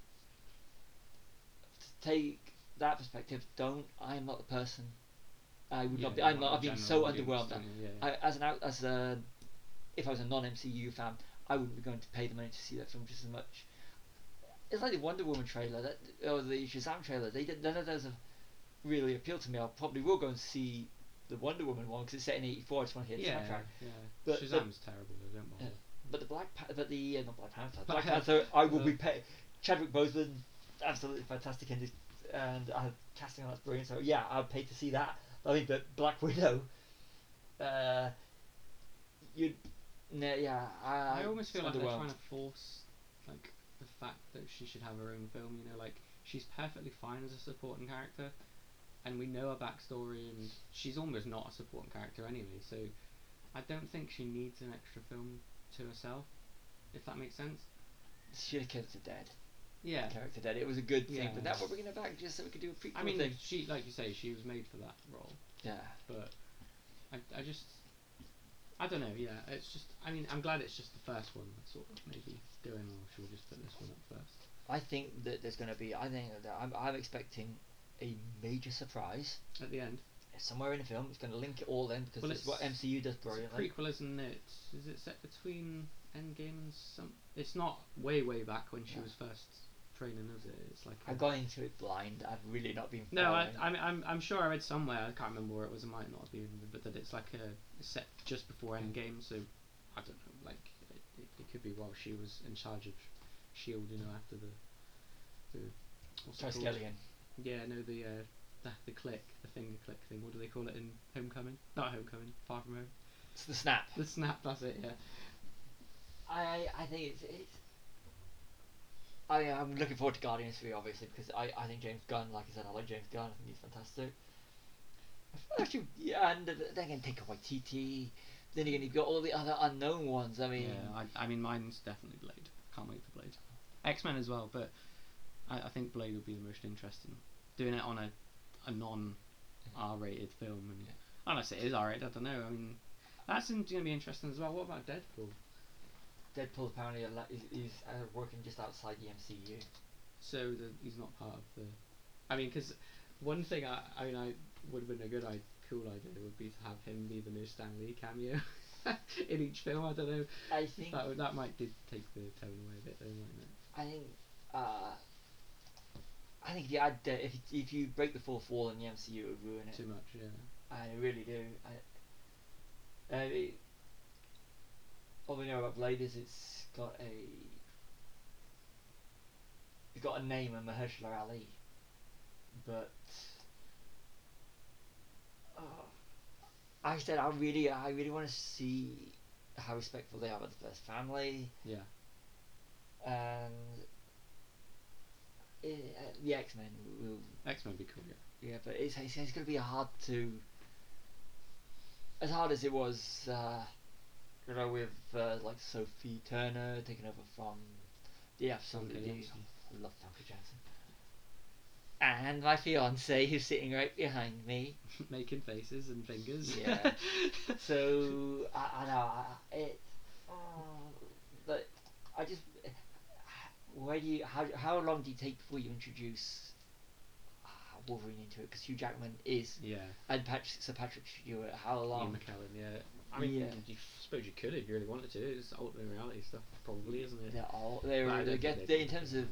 [SPEAKER 1] To take that perspective, don't. I am not the person. I would
[SPEAKER 2] Yeah,
[SPEAKER 1] not be.
[SPEAKER 2] you
[SPEAKER 1] I'm
[SPEAKER 2] want
[SPEAKER 1] not.
[SPEAKER 2] the
[SPEAKER 1] I've been so
[SPEAKER 2] general audience,
[SPEAKER 1] underwhelmed.
[SPEAKER 2] don't you? Yeah.
[SPEAKER 1] I, as an out, as a, if I was a non MCU fan, I wouldn't be going to pay the money to see that film just as much. It's like the Wonder Woman trailer, that or the Shazam trailer. They did none of those have really appealed to me. I probably will go and see the Wonder Woman one because it's set in '84. I just want to hear the
[SPEAKER 2] yeah,
[SPEAKER 1] soundtrack.
[SPEAKER 2] yeah.
[SPEAKER 1] But- but-
[SPEAKER 2] Shazam's terrible though, don't bother.
[SPEAKER 1] But the Black, pa- but the uh, not Black Panther,
[SPEAKER 2] Black
[SPEAKER 1] Black Panther. I will
[SPEAKER 2] Uh,
[SPEAKER 1] be pay- Chadwick Boseman, absolutely fantastic in his and I casting on that's brilliant. So yeah, I'd pay to see that. I mean, but Black Widow, uh, you'd, no, yeah, I,
[SPEAKER 2] I almost feel like they're
[SPEAKER 1] underwhelmed.
[SPEAKER 2] trying to force like the fact that she should have her own film. You know, like she's perfectly fine as a supporting character, and we know her backstory, and she's almost not a supporting character anyway. So I don't think she needs an extra film to herself, if that makes sense.
[SPEAKER 1] Should have killed her dead
[SPEAKER 2] Yeah.
[SPEAKER 1] character dead. It was a good thing,
[SPEAKER 2] Yeah.
[SPEAKER 1] but that we're bringing her back just so we could do a prequel
[SPEAKER 2] I mean,
[SPEAKER 1] thing.
[SPEAKER 2] she like you say, she was made for that role,
[SPEAKER 1] Yeah,
[SPEAKER 2] but I, I just. I don't know, yeah. It's just, I mean, I'm glad it's just the first one that's sort of maybe going, or should we just put this one up first?
[SPEAKER 1] I think that there's going to be. I think that I'm, I'm expecting a major surprise
[SPEAKER 2] At the end.
[SPEAKER 1] somewhere in the film. It's going to link it all in because
[SPEAKER 2] Well,
[SPEAKER 1] it's what
[SPEAKER 2] it's-
[SPEAKER 1] MCU does
[SPEAKER 2] It's a
[SPEAKER 1] brilliantly.
[SPEAKER 2] prequel, isn't it? Is it set between Endgame and some? It's not way, way back when she
[SPEAKER 1] Yeah.
[SPEAKER 2] was first training, is it? It's like. a-
[SPEAKER 1] I've gone into it blind. I've really not been.
[SPEAKER 2] no, I,
[SPEAKER 1] following.
[SPEAKER 2] I'm, I'm, I'm sure I read somewhere. I can't remember where it was. It might not have been, but that it's like a it's set just before Endgame. So I don't know. Like it, it, it could be while she was in charge of Shield, E you know, after the the. What's it called?
[SPEAKER 1] Triskelion.
[SPEAKER 2] Yeah, no, the uh, the the click, the finger click thing. What do they call it in Homecoming? Not Homecoming. Far from Home.
[SPEAKER 1] It's the snap.
[SPEAKER 2] The snap. That's it. Yeah.
[SPEAKER 1] I I think it's it's. I I'm looking forward to Guardians Three obviously because I, I think James Gunn like I said I like James Gunn I think he's fantastic. I feel like you yeah and th- they're gonna take away TT. Then again you've got all the other unknown ones. I mean
[SPEAKER 2] Yeah, I, I mean, mine's definitely Blade. Can't wait for Blade. X Men as well, but I, I think Blade would be the most interesting. Doing it on a, a non R rated film, and
[SPEAKER 1] Yeah.
[SPEAKER 2] unless it is R rated, I don't know. I mean, that's going to be interesting as well. What about Deadpool?
[SPEAKER 1] Deadpool apparently a lot- is, is uh, working just outside the MCU.
[SPEAKER 2] So the, he's not part of the. I mean, because one thing I, I mean, I would have been a good, I, cool idea would be to have him be the new Stan Lee cameo (laughs) in each film. I don't know.
[SPEAKER 1] I think
[SPEAKER 2] That would, that might did take the tone away a bit, though, mightn't it?
[SPEAKER 1] I think uh, I think if you add De- if you- if you break the fourth wall in the MCU it would ruin it.
[SPEAKER 2] Too much, yeah.
[SPEAKER 1] I really do. I, uh, it, all we know about Blade is it's got a it's got a name and Mahershala Ali, but uh, I said I really I really want to see how respectful they are with the first family
[SPEAKER 2] Yeah.
[SPEAKER 1] and uh, the X Men will
[SPEAKER 2] X Men would be cool, yeah.
[SPEAKER 1] yeah, but it's, it's, it's going to be hard to. As hard as it was, uh, you know, with uh, like Sophie Turner taking over from. Yeah, absolutely.
[SPEAKER 2] Johnson. (laughs)
[SPEAKER 1] I love Duncan Johnson. And my fiance, who's sitting right behind me.
[SPEAKER 2] making faces and fingers.
[SPEAKER 1] Yeah. So I, I know I, it. Uh, but I just. Where do you? How how long do you take before you introduce uh, Wolverine into it? Because Hugh Jackman is
[SPEAKER 2] (laughs) yeah.
[SPEAKER 1] And Patrick, Sir Patrick Stewart, how long?
[SPEAKER 2] Ian McKellen. Yeah. I mean,
[SPEAKER 1] Yeah.
[SPEAKER 2] you suppose you could if you really wanted to. It's alternate reality stuff, probably, isn't it?
[SPEAKER 1] They're all they
[SPEAKER 2] But I
[SPEAKER 1] were
[SPEAKER 2] don't
[SPEAKER 1] they
[SPEAKER 2] think
[SPEAKER 1] get
[SPEAKER 2] they'd
[SPEAKER 1] they,
[SPEAKER 2] do
[SPEAKER 1] in terms
[SPEAKER 2] that,
[SPEAKER 1] of.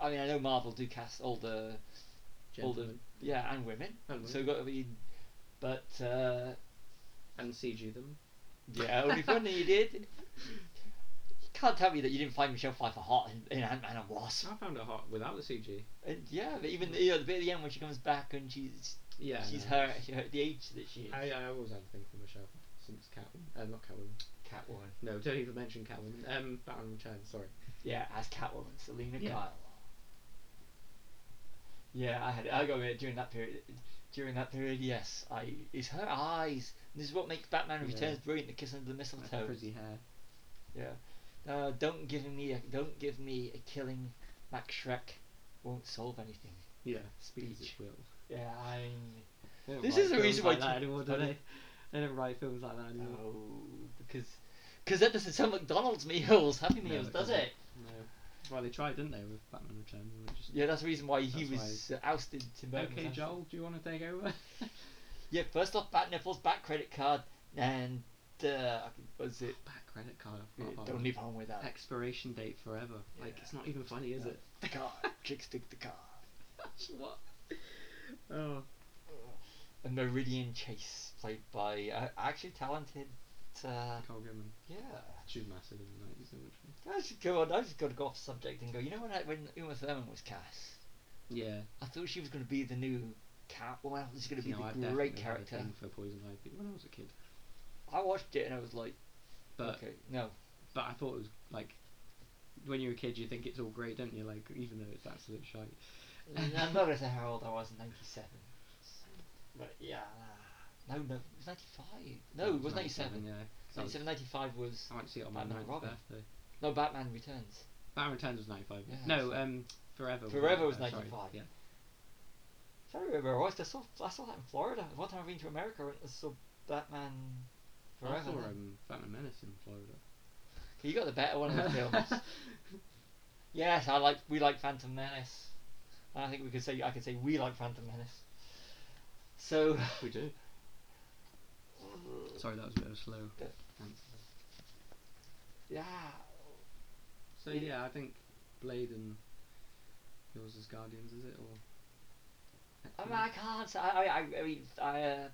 [SPEAKER 1] I mean, I know Marvel do cast older,
[SPEAKER 2] yeah.
[SPEAKER 1] older,
[SPEAKER 2] Gentlemen.
[SPEAKER 1] yeah, and women.
[SPEAKER 2] And
[SPEAKER 1] So got to be, but uh,
[SPEAKER 2] and CG them.
[SPEAKER 1] yeah, only funny you did. You can't tell me that you didn't find Michelle Pfeiffer hot in, in Ant Man and Wasp.
[SPEAKER 2] I found it hot without the CG.
[SPEAKER 1] And yeah, but even you know, the bit at the end when she comes back and she's
[SPEAKER 2] Yeah.
[SPEAKER 1] she's
[SPEAKER 2] no.
[SPEAKER 1] her, her the age that she is.
[SPEAKER 2] I, uh, I always had a thing for Michelle since Catwoman. Uh, not Catwoman.
[SPEAKER 1] Catwoman.
[SPEAKER 2] No, don't even mention Catwoman. Um, Batman Returns. Sorry.
[SPEAKER 1] Yeah, as Catwoman, Selena
[SPEAKER 2] Yeah.
[SPEAKER 1] Kyle. Yeah, I had I got it during that period. During that period, yes, I it's her eyes. This is what makes Batman
[SPEAKER 2] Yeah.
[SPEAKER 1] Returns brilliant. The kiss under the
[SPEAKER 2] Like
[SPEAKER 1] mistletoe.
[SPEAKER 2] Pretty hair.
[SPEAKER 1] Yeah. Uh, don't give me a don't give me a killing Mac Shrek. Won't solve anything.
[SPEAKER 2] Yeah.
[SPEAKER 1] Speech.
[SPEAKER 2] Speech. Will.
[SPEAKER 1] Yeah, I mean,
[SPEAKER 2] They don't
[SPEAKER 1] This
[SPEAKER 2] write
[SPEAKER 1] is the reason
[SPEAKER 2] films like
[SPEAKER 1] why
[SPEAKER 2] that
[SPEAKER 1] t-
[SPEAKER 2] anymore, do
[SPEAKER 1] I
[SPEAKER 2] they? They don't write films like that anymore.
[SPEAKER 1] no, because because that doesn't sound McDonald's meals, Happy
[SPEAKER 2] No,
[SPEAKER 1] Meals,
[SPEAKER 2] it
[SPEAKER 1] does
[SPEAKER 2] doesn't.
[SPEAKER 1] it?
[SPEAKER 2] No. Well, they tried, didn't they, with Batman Returns? and it just
[SPEAKER 1] Yeah, that's the reason why he
[SPEAKER 2] That's
[SPEAKER 1] was uh ousted. Tim Burton was
[SPEAKER 2] Okay,
[SPEAKER 1] ousted.
[SPEAKER 2] Joel, do you want to take (laughs) over?
[SPEAKER 1] Yeah, first off, back nipples, back credit card, and uh, was it?
[SPEAKER 2] Back credit card. I forgot about
[SPEAKER 1] Don't
[SPEAKER 2] that.
[SPEAKER 1] leave home without it.
[SPEAKER 2] Expiration date forever. Like
[SPEAKER 1] Yeah.
[SPEAKER 2] it's not even funny, is
[SPEAKER 1] No. (laughs)
[SPEAKER 2] it?
[SPEAKER 1] the
[SPEAKER 2] (laughs)
[SPEAKER 1] card. Chick stick the card.
[SPEAKER 2] what? Oh,
[SPEAKER 1] A Meridian Chase, played by uh, actually talented. Uh,
[SPEAKER 2] Nicole Kidman.
[SPEAKER 1] yeah,
[SPEAKER 2] She was massive in the nineties, wasn't she?
[SPEAKER 1] I just go on. I just got to go off subject and go. You know when I, when Uma Thurman was cast,
[SPEAKER 2] Yeah.
[SPEAKER 1] I thought she was going to be the new Catwoman. This is going to be
[SPEAKER 2] No, I
[SPEAKER 1] the great
[SPEAKER 2] definitely had a
[SPEAKER 1] character.
[SPEAKER 2] thing for Poison Ivy when I was a kid,
[SPEAKER 1] I watched it and I was like,
[SPEAKER 2] but
[SPEAKER 1] okay, no,
[SPEAKER 2] but I thought it was like when you're a kid, you think it's all great, don't you? Like even though it's absolute shite.
[SPEAKER 1] I'm not going to say how old I was in '97. But yeah, nah. no, no, it was '95. No, it was '97.
[SPEAKER 2] Yeah. 'cause I was-
[SPEAKER 1] 97, '95 was
[SPEAKER 2] I went to see it on my
[SPEAKER 1] Batman
[SPEAKER 2] ninth
[SPEAKER 1] Robin.
[SPEAKER 2] birthday.
[SPEAKER 1] no Batman Returns.
[SPEAKER 2] Batman Returns was 95.
[SPEAKER 1] Yeah,
[SPEAKER 2] no,
[SPEAKER 1] so-
[SPEAKER 2] um, Forever.
[SPEAKER 1] Forever was
[SPEAKER 2] uh, sorry,
[SPEAKER 1] 95.
[SPEAKER 2] Yeah.
[SPEAKER 1] I remember I watched. I saw, I saw that in Florida. One time I've been to America and I saw Batman Forever.
[SPEAKER 2] I saw
[SPEAKER 1] there.
[SPEAKER 2] um, Batman Menace in Florida.
[SPEAKER 1] You got the better one of the
[SPEAKER 2] (laughs)
[SPEAKER 1] films. yes, I like. We like Phantom Menace. And I think we could say I could say we like Phantom Menace. So (sighs)
[SPEAKER 2] we do. Sorry, that was a bit of a slow.
[SPEAKER 1] Yeah.
[SPEAKER 2] answer.
[SPEAKER 1] yeah,
[SPEAKER 2] So
[SPEAKER 1] Yeah.
[SPEAKER 2] yeah, I think Blade and yours is Guardians, is it or?
[SPEAKER 1] I
[SPEAKER 2] X-Men?
[SPEAKER 1] mean I can't. say- I I I mean I uh,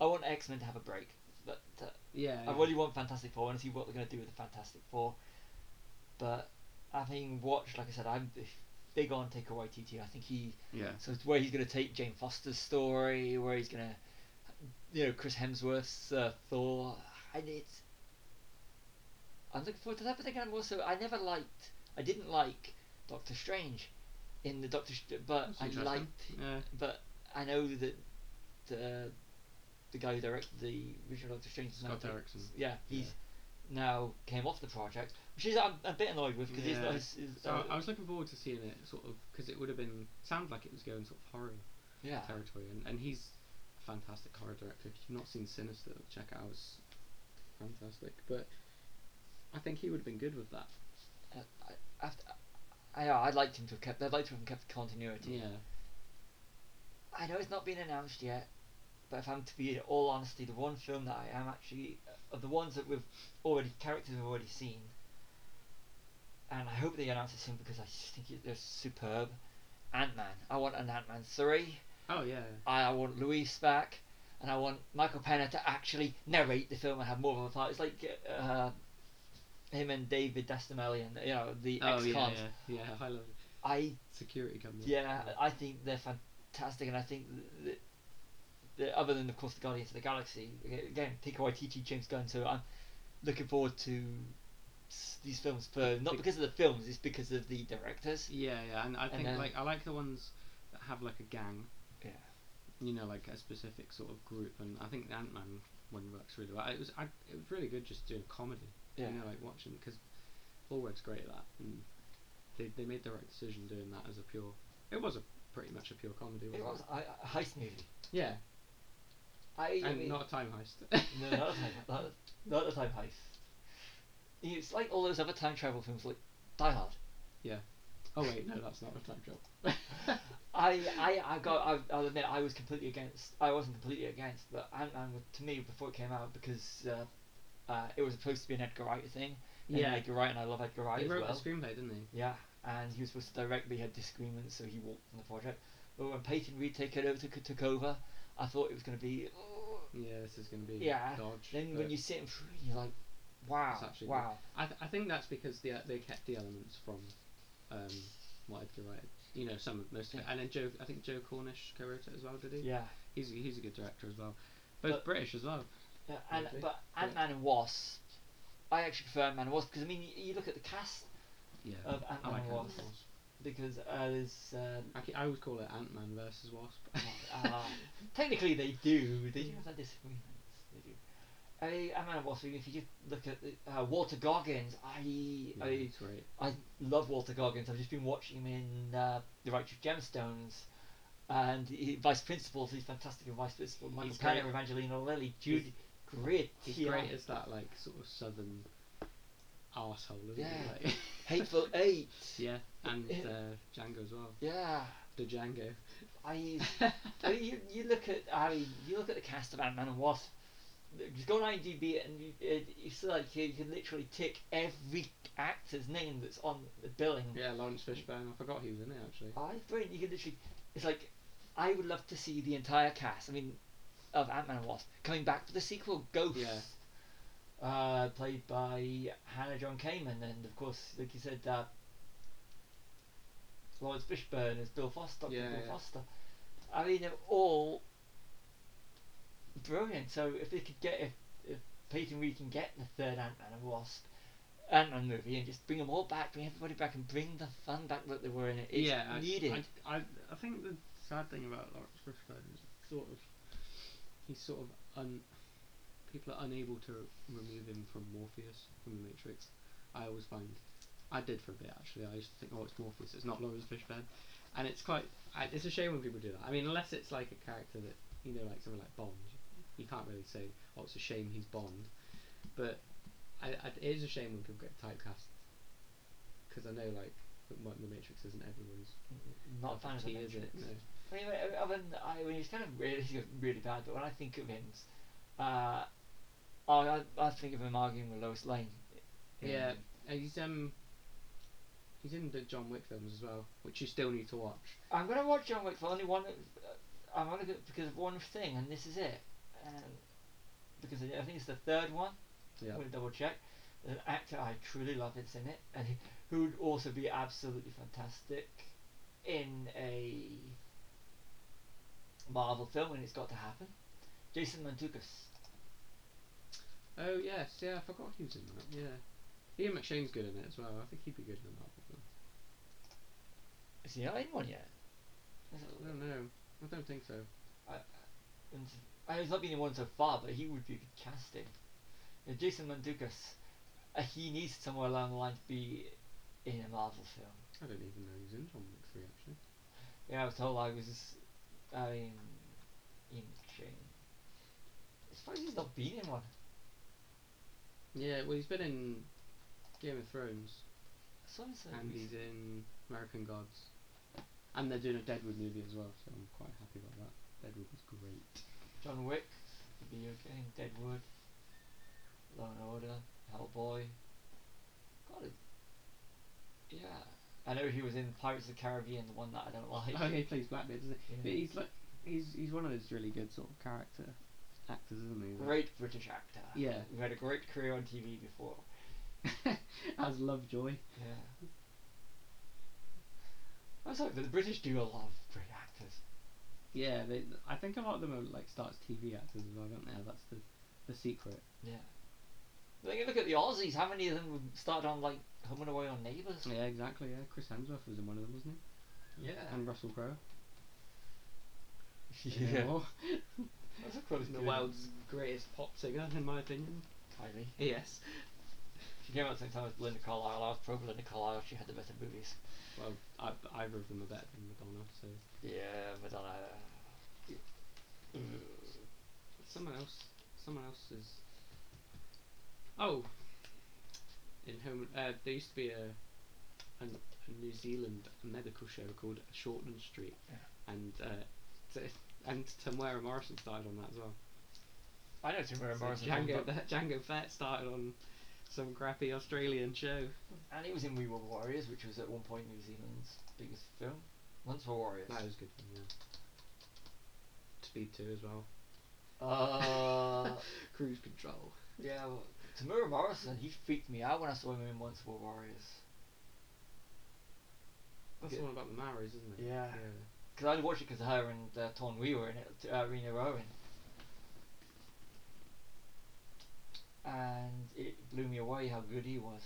[SPEAKER 1] I want X Men to have a break, but uh,
[SPEAKER 2] yeah.
[SPEAKER 1] I
[SPEAKER 2] yeah.
[SPEAKER 1] really want Fantastic Four. I want to see what they're going to do with the Fantastic Four. But having watched, like I said, I'm big on Taika Waititi. I think he
[SPEAKER 2] Yeah.
[SPEAKER 1] So it's where he's going to take Jane Foster's story, where he's going to, you know, Chris Hemsworth's uh, Thor, and it's. I'm looking forward to that, but then again, I'm also I never liked, I didn't like Doctor Strange, in the Doctor, Str- but
[SPEAKER 2] That's
[SPEAKER 1] Uh, I
[SPEAKER 2] interesting.
[SPEAKER 1] liked,
[SPEAKER 2] Yeah.
[SPEAKER 1] but I know that the the guy who directed the original Doctor Strange, is now
[SPEAKER 2] Scott
[SPEAKER 1] doing-
[SPEAKER 2] Derrickson.
[SPEAKER 1] yeah, he's now came off the project, which is I'm a bit annoyed with because it's
[SPEAKER 2] Yeah.
[SPEAKER 1] not his, his-
[SPEAKER 2] So
[SPEAKER 1] uh,
[SPEAKER 2] I was looking forward to seeing it, sort of, because it would have been sounds like it was going sort of horror
[SPEAKER 1] yeah,
[SPEAKER 2] territory, and, and he's a fantastic horror director. If you've not seen Sinister, check it out. It's fantastic. But I think he would have been good with that.
[SPEAKER 1] Uh, I, after, I, I I'd like him to have kept. I'd like to have kept the continuity.
[SPEAKER 2] Yeah.
[SPEAKER 1] I know it's not been announced yet, but if I'm to be in all honesty, the one film that I am actually of the ones that we've already characters we've already seen, and I hope they announce it soon because I just think it, they're superb. Ant Man. I want an Ant Man three.
[SPEAKER 2] Oh yeah.
[SPEAKER 1] I, I want Luis back, and I want Michael Pena to actually narrate the film and have more of a part. It's like uh, him and David Destamelian, you know, the
[SPEAKER 2] Oh
[SPEAKER 1] ex-cons.
[SPEAKER 2] yeah, yeah. Yeah. High level
[SPEAKER 1] I
[SPEAKER 2] security company.
[SPEAKER 1] yeah, I I think they're fantastic, and I think the, the other than of course the Guardians of the Galaxy aga- again, Taika Waititi, James Gunn. So I'm looking forward to s- these films for not because of the films, it's because of the directors.
[SPEAKER 2] Yeah, yeah, and I
[SPEAKER 1] And
[SPEAKER 2] think
[SPEAKER 1] then-
[SPEAKER 2] like I like the ones that have like a gang.
[SPEAKER 1] Yeah.
[SPEAKER 2] You know, like a specific sort of group, and I think the Ant Man one works really well. It was I, it was really good just doing comedy.
[SPEAKER 1] Yeah.
[SPEAKER 2] You know, like watching because Hallworth's great at that, and they they made the right decision doing that as a pure. It was a pretty much a pure comedy.
[SPEAKER 1] It
[SPEAKER 2] Wasn't it
[SPEAKER 1] was a, a heist movie.
[SPEAKER 2] Yeah,
[SPEAKER 1] I, I
[SPEAKER 2] and
[SPEAKER 1] mean,
[SPEAKER 2] not a time heist. (laughs)
[SPEAKER 1] no, not the time, not, not the time heist. It's like all those other time travel films, like Die Hard.
[SPEAKER 2] oh wait, no, that's not a time job.
[SPEAKER 1] (laughs) I, I, I got. I, I'll admit, I was completely against. I wasn't completely against, but Ant Man to me before it came out because uh, uh, it was supposed to be an Edgar Wright thing. And
[SPEAKER 2] yeah,
[SPEAKER 1] Edgar Wright, and I love Edgar Wright
[SPEAKER 2] he
[SPEAKER 1] as
[SPEAKER 2] wrote
[SPEAKER 1] well.
[SPEAKER 2] the screenplay, didn't he?
[SPEAKER 1] Yeah, and he was supposed to direct, but he had disagreements, so he walked from the project. But when Peyton Reed took it over, took, took over, I thought it was going to be. "Oh."
[SPEAKER 2] Yeah, this is gonna be
[SPEAKER 1] Yeah,
[SPEAKER 2] dodge.
[SPEAKER 1] Then
[SPEAKER 2] but-
[SPEAKER 1] when you sit him through, you're like, wow,
[SPEAKER 2] It's actually
[SPEAKER 1] wow.
[SPEAKER 2] I, th- I think that's because the, they kept the elements from um, what Edgar Wright, you know, some of most of it.
[SPEAKER 1] Yeah.
[SPEAKER 2] And then Joe, I think Joe Cornish co-wrote it as well, did he?
[SPEAKER 1] Yeah,
[SPEAKER 2] He's a, he's a good director as well. Both
[SPEAKER 1] But-
[SPEAKER 2] British as well.
[SPEAKER 1] yeah. And
[SPEAKER 2] Lovely.
[SPEAKER 1] but
[SPEAKER 2] Yeah.
[SPEAKER 1] Ant Man and Wasp, I actually prefer Ant Man and Wasp because I mean, you, you look at the cast
[SPEAKER 2] Yeah.
[SPEAKER 1] of Ant
[SPEAKER 2] I
[SPEAKER 1] Man
[SPEAKER 2] like
[SPEAKER 1] and
[SPEAKER 2] Ant-Man
[SPEAKER 1] Wasp.
[SPEAKER 2] and Wasp.
[SPEAKER 1] because uh, there's uh,
[SPEAKER 2] I, ca- I would call it Ant Man versus Wasp.
[SPEAKER 1] uh, technically they do they do have their disagreements they do. I, I mean, also if you just look at the, uh, Walter Goggins, I
[SPEAKER 2] yeah,
[SPEAKER 1] I
[SPEAKER 2] it's great.
[SPEAKER 1] I love Walter Goggins. I've just been watching him in uh, The Righteous Gemstones, and he, Vice Principals. He's fantastic in Vice Principal. Michael
[SPEAKER 2] He's
[SPEAKER 1] Pena,
[SPEAKER 2] great.
[SPEAKER 1] Evangelina Lilly,
[SPEAKER 2] He's-
[SPEAKER 1] Judy, great.
[SPEAKER 2] He's
[SPEAKER 1] yeah.
[SPEAKER 2] (laughs) great as that like sort of southern arsehole, isn't
[SPEAKER 1] Yeah.
[SPEAKER 2] he? Like,
[SPEAKER 1] (laughs)
[SPEAKER 2] (laughs)
[SPEAKER 1] Hateful Eight.
[SPEAKER 2] yeah, and uh, Django as well.
[SPEAKER 1] Yeah,
[SPEAKER 2] The Django.
[SPEAKER 1] I I mean, you, you look at I mean, you look at the cast of Ant Man and Wasp. Just go on IMDb and you, it, it's like you can literally tick every actor's name that's on the billing.
[SPEAKER 2] (laughs) yeah, Lawrence Fishburne. I forgot he was in it actually.
[SPEAKER 1] I think you can literally. It's like I would love to see the entire cast. I mean, of Ant Man and Wasp coming back for the sequel, Ghost.
[SPEAKER 2] Yeah.
[SPEAKER 1] Uh, played by Hannah John Kamen, and of course, like you said, uh, Lawrence Fishburne as Bill Foster. Dr.
[SPEAKER 2] Yeah,
[SPEAKER 1] Bill
[SPEAKER 2] yeah.
[SPEAKER 1] Foster. I mean, they're all brilliant. So if they could get if if Peyton Reed can get the third Ant Man and Wasp Ant Man movie and just bring them all back, bring everybody back, and bring the fun back that they were in it. It's
[SPEAKER 2] yeah, I-
[SPEAKER 1] needed.
[SPEAKER 2] I, I, I think the sad thing about Lawrence Fishburne is sort of he's sort of un. People are unable to remove him from Morpheus from the Matrix. I always find, I did for a bit actually. I used to think, oh, it's Morpheus, it's not Lawrence Fishburne, and it's quite. I, it's a shame when people do that. I mean, unless it's like a character that you know, like something like Bond, you can't really say, oh, it's a shame he's Bond, but I, I, it is a shame when people get typecast because I know like the Matrix isn't everyone's
[SPEAKER 1] Not Oh, a fan of the
[SPEAKER 2] is it?
[SPEAKER 1] Matrix. I
[SPEAKER 2] No.
[SPEAKER 1] mean, I, I, when I when he's kind of really (laughs) he's really bad, but when I think of him, uh, I, I I think of him arguing with Lois Lane.
[SPEAKER 2] Yeah. Uh, he's um, he's in the John Wick films as well, which you still need to watch.
[SPEAKER 1] I'm gonna watch John Wick for only one. Uh, I'm gonna go because of one thing, and this is it. Um, because I I think it's the third one.
[SPEAKER 2] Yeah.
[SPEAKER 1] I'm gonna double check. There's an actor I truly love that's in it, and he, who would also be absolutely fantastic in a Marvel film, and it's got to happen. Jason Mantzoukas.
[SPEAKER 2] Oh yes, yeah, I forgot he was in that. Yeah. Ian McShane's good in it as well. I think he'd be good in a Marvel film.
[SPEAKER 1] Is he not in one yet? Is
[SPEAKER 2] I
[SPEAKER 1] it-
[SPEAKER 2] don't know. I don't think so.
[SPEAKER 1] and I he's not been in one so far, but he would be good casting. Now, Jason Mandukas, uh, he needs somewhere along the line to be in a Marvel film.
[SPEAKER 2] I don't even know he's in John Wick three actually.
[SPEAKER 1] Yeah, I was told I was. I mean, in Shane. It's funny he's not been in one.
[SPEAKER 2] Yeah. Well, he's been in Game of Thrones
[SPEAKER 1] So
[SPEAKER 2] and he's in American Gods, and they're doing a Deadwood movie as well. So I'm quite happy about that. Deadwood was great.
[SPEAKER 1] John Wick, would be okay. Deadwood, Law and Order, Hellboy. God, it, yeah. I know he was in Pirates of the Caribbean, the one that I don't (laughs) like.
[SPEAKER 2] Oh, yeah, he plays Blackbeard, doesn't he?
[SPEAKER 1] Yeah.
[SPEAKER 2] But he's like he's he's one of those really good sort of character actors, isn't he? That-
[SPEAKER 1] great British actor.
[SPEAKER 2] Yeah.
[SPEAKER 1] Who had a great career on TV before.
[SPEAKER 2] As Lovejoy.
[SPEAKER 1] Yeah. I was like, the British do a lot of great actors.
[SPEAKER 2] Yeah, they, I think a lot of them are like starts TV actors as well, don't they? That's the the secret.
[SPEAKER 1] Yeah. Like, you look at the Aussies, how many of them started on, like, Home and Away on
[SPEAKER 2] (laughs)
[SPEAKER 1] Neighbours?
[SPEAKER 2] Yeah, exactly. Yeah, Chris Hemsworth was in one of them, wasn't
[SPEAKER 1] Yeah.
[SPEAKER 2] he? And Russell (laughs) Crowe.
[SPEAKER 1] Yeah.
[SPEAKER 2] Well,
[SPEAKER 1] That's a close
[SPEAKER 2] the
[SPEAKER 1] good.
[SPEAKER 2] world's greatest pop singer, in my opinion.
[SPEAKER 1] Kylie.
[SPEAKER 2] Yes.
[SPEAKER 1] She came out at the same time as Belinda Carlisle. I was pro Belinda Carlisle. She had the better movies.
[SPEAKER 2] Well, I, either of them are better than Madonna. So
[SPEAKER 1] Yeah, uh, Madonna.
[SPEAKER 2] someone else, someone else is. Oh. In home, uh, there used to be a, an, a New Zealand medical show called Shortland Street,
[SPEAKER 1] Yeah.
[SPEAKER 2] and uh, t- and Tamara Morrison started on that as well.
[SPEAKER 1] I know Tim
[SPEAKER 2] So
[SPEAKER 1] Morrison.
[SPEAKER 2] Django, Django Fett started on some crappy Australian show.
[SPEAKER 1] And he was in We Were Warriors, which was at one point New Zealand's biggest film. Once Were Warriors.
[SPEAKER 2] That was good. Yeah. Speed two as well. (laughs)
[SPEAKER 1] Uh,
[SPEAKER 2] Cruise control.
[SPEAKER 1] yeah, well, Tamura Morrison, he freaked me out when I saw him in Once Were Warriors.
[SPEAKER 2] That's
[SPEAKER 1] Good.
[SPEAKER 2] the one about the Maoris, isn't it?
[SPEAKER 1] Yeah.
[SPEAKER 2] yeah.
[SPEAKER 1] Because I watched it because her and uh, Torn Wee were in it, t- uh, Rena Rowan. And it blew me away how good he was.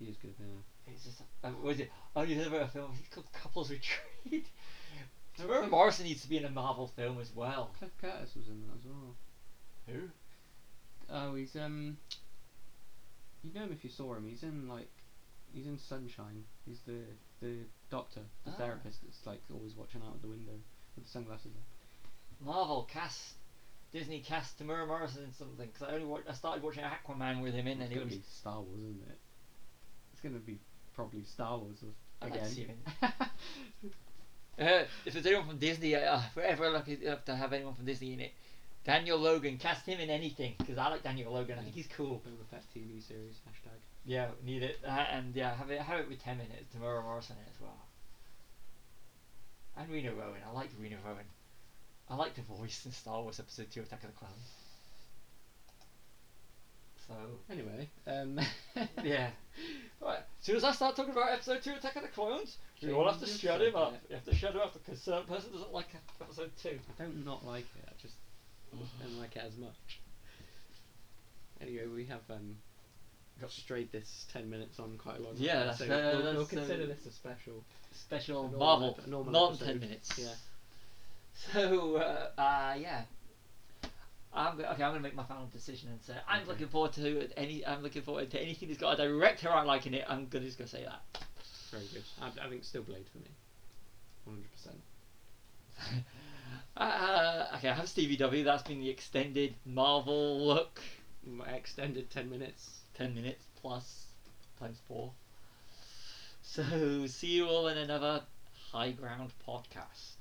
[SPEAKER 2] He was good. Yeah.
[SPEAKER 1] It's just, uh, was it? Oh, you heard about a film? It's called Couples Retreat. (laughs) Tamura
[SPEAKER 2] Cliff-
[SPEAKER 1] Morrison needs to be in a Marvel film as well.
[SPEAKER 2] Cliff Curtis was in that as well.
[SPEAKER 1] Who?
[SPEAKER 2] Oh, he's um. You know him if you saw him. He's in like, he's in Sunshine. He's the the doctor, the
[SPEAKER 1] Ah.
[SPEAKER 2] therapist that's like always watching out of the window with the sunglasses on.
[SPEAKER 1] Marvel cast Disney cast Tamura Morrison in something because I only watched, I started watching Aquaman with him in and
[SPEAKER 2] it's
[SPEAKER 1] it
[SPEAKER 2] gonna
[SPEAKER 1] was
[SPEAKER 2] be Star Wars, isn't it? It's gonna be probably Star Wars of-
[SPEAKER 1] I'd like to see
[SPEAKER 2] again.
[SPEAKER 1] him (laughs) uh, if there's anyone from Disney uh, if we're ever lucky enough to have anyone from Disney in it Daniel Logan cast him in anything because I like Daniel Logan I think he's cool
[SPEAKER 2] Boba Fett TV series hashtag.
[SPEAKER 1] yeah need it uh, and yeah have it have it with him in it Tamura Morrison in it as well and Rena Rowan I liked Rena Rowan I liked the voice in Star Wars Episode 2 Attack of the Clones so
[SPEAKER 2] Anyway, um. (laughs)
[SPEAKER 1] (laughs) yeah. Right. soon as I start talking about episode two, Attack of the Clones, we all have to
[SPEAKER 2] Change
[SPEAKER 1] shut him up.
[SPEAKER 2] subject.
[SPEAKER 1] You have to shut him up because certain person doesn't like episode two.
[SPEAKER 2] I don't not like it. I
[SPEAKER 1] (laughs)
[SPEAKER 2] just don't like it as much. Anyway, we have um,
[SPEAKER 1] Got-
[SPEAKER 2] strayed this ten minutes on quite a long.
[SPEAKER 1] Yeah,
[SPEAKER 2] way,
[SPEAKER 1] that's-
[SPEAKER 2] so
[SPEAKER 1] uh,
[SPEAKER 2] we'll, we'll
[SPEAKER 1] that's, uh,
[SPEAKER 2] consider this a special.
[SPEAKER 1] Special
[SPEAKER 2] a normal
[SPEAKER 1] Marvel,
[SPEAKER 2] ep- a normal
[SPEAKER 1] not
[SPEAKER 2] episode.
[SPEAKER 1] ten minutes.
[SPEAKER 2] Yeah.
[SPEAKER 1] So uh, uh yeah. I'm go- okay. I'm gonna make my final decision and say I'm
[SPEAKER 2] Okay.
[SPEAKER 1] looking forward to any. I'm looking forward to anything that's got a direct her like in it. I'm gonna just gonna say that. (laughs)
[SPEAKER 2] Very good. I, I think still Blade for me. One hundred percent.
[SPEAKER 1] Uh, okay, I have Stevie W. That's been the extended Marvel look.
[SPEAKER 2] Extended ten minutes.
[SPEAKER 1] 10 minutes plus times four. So, see you all in another High Ground podcast.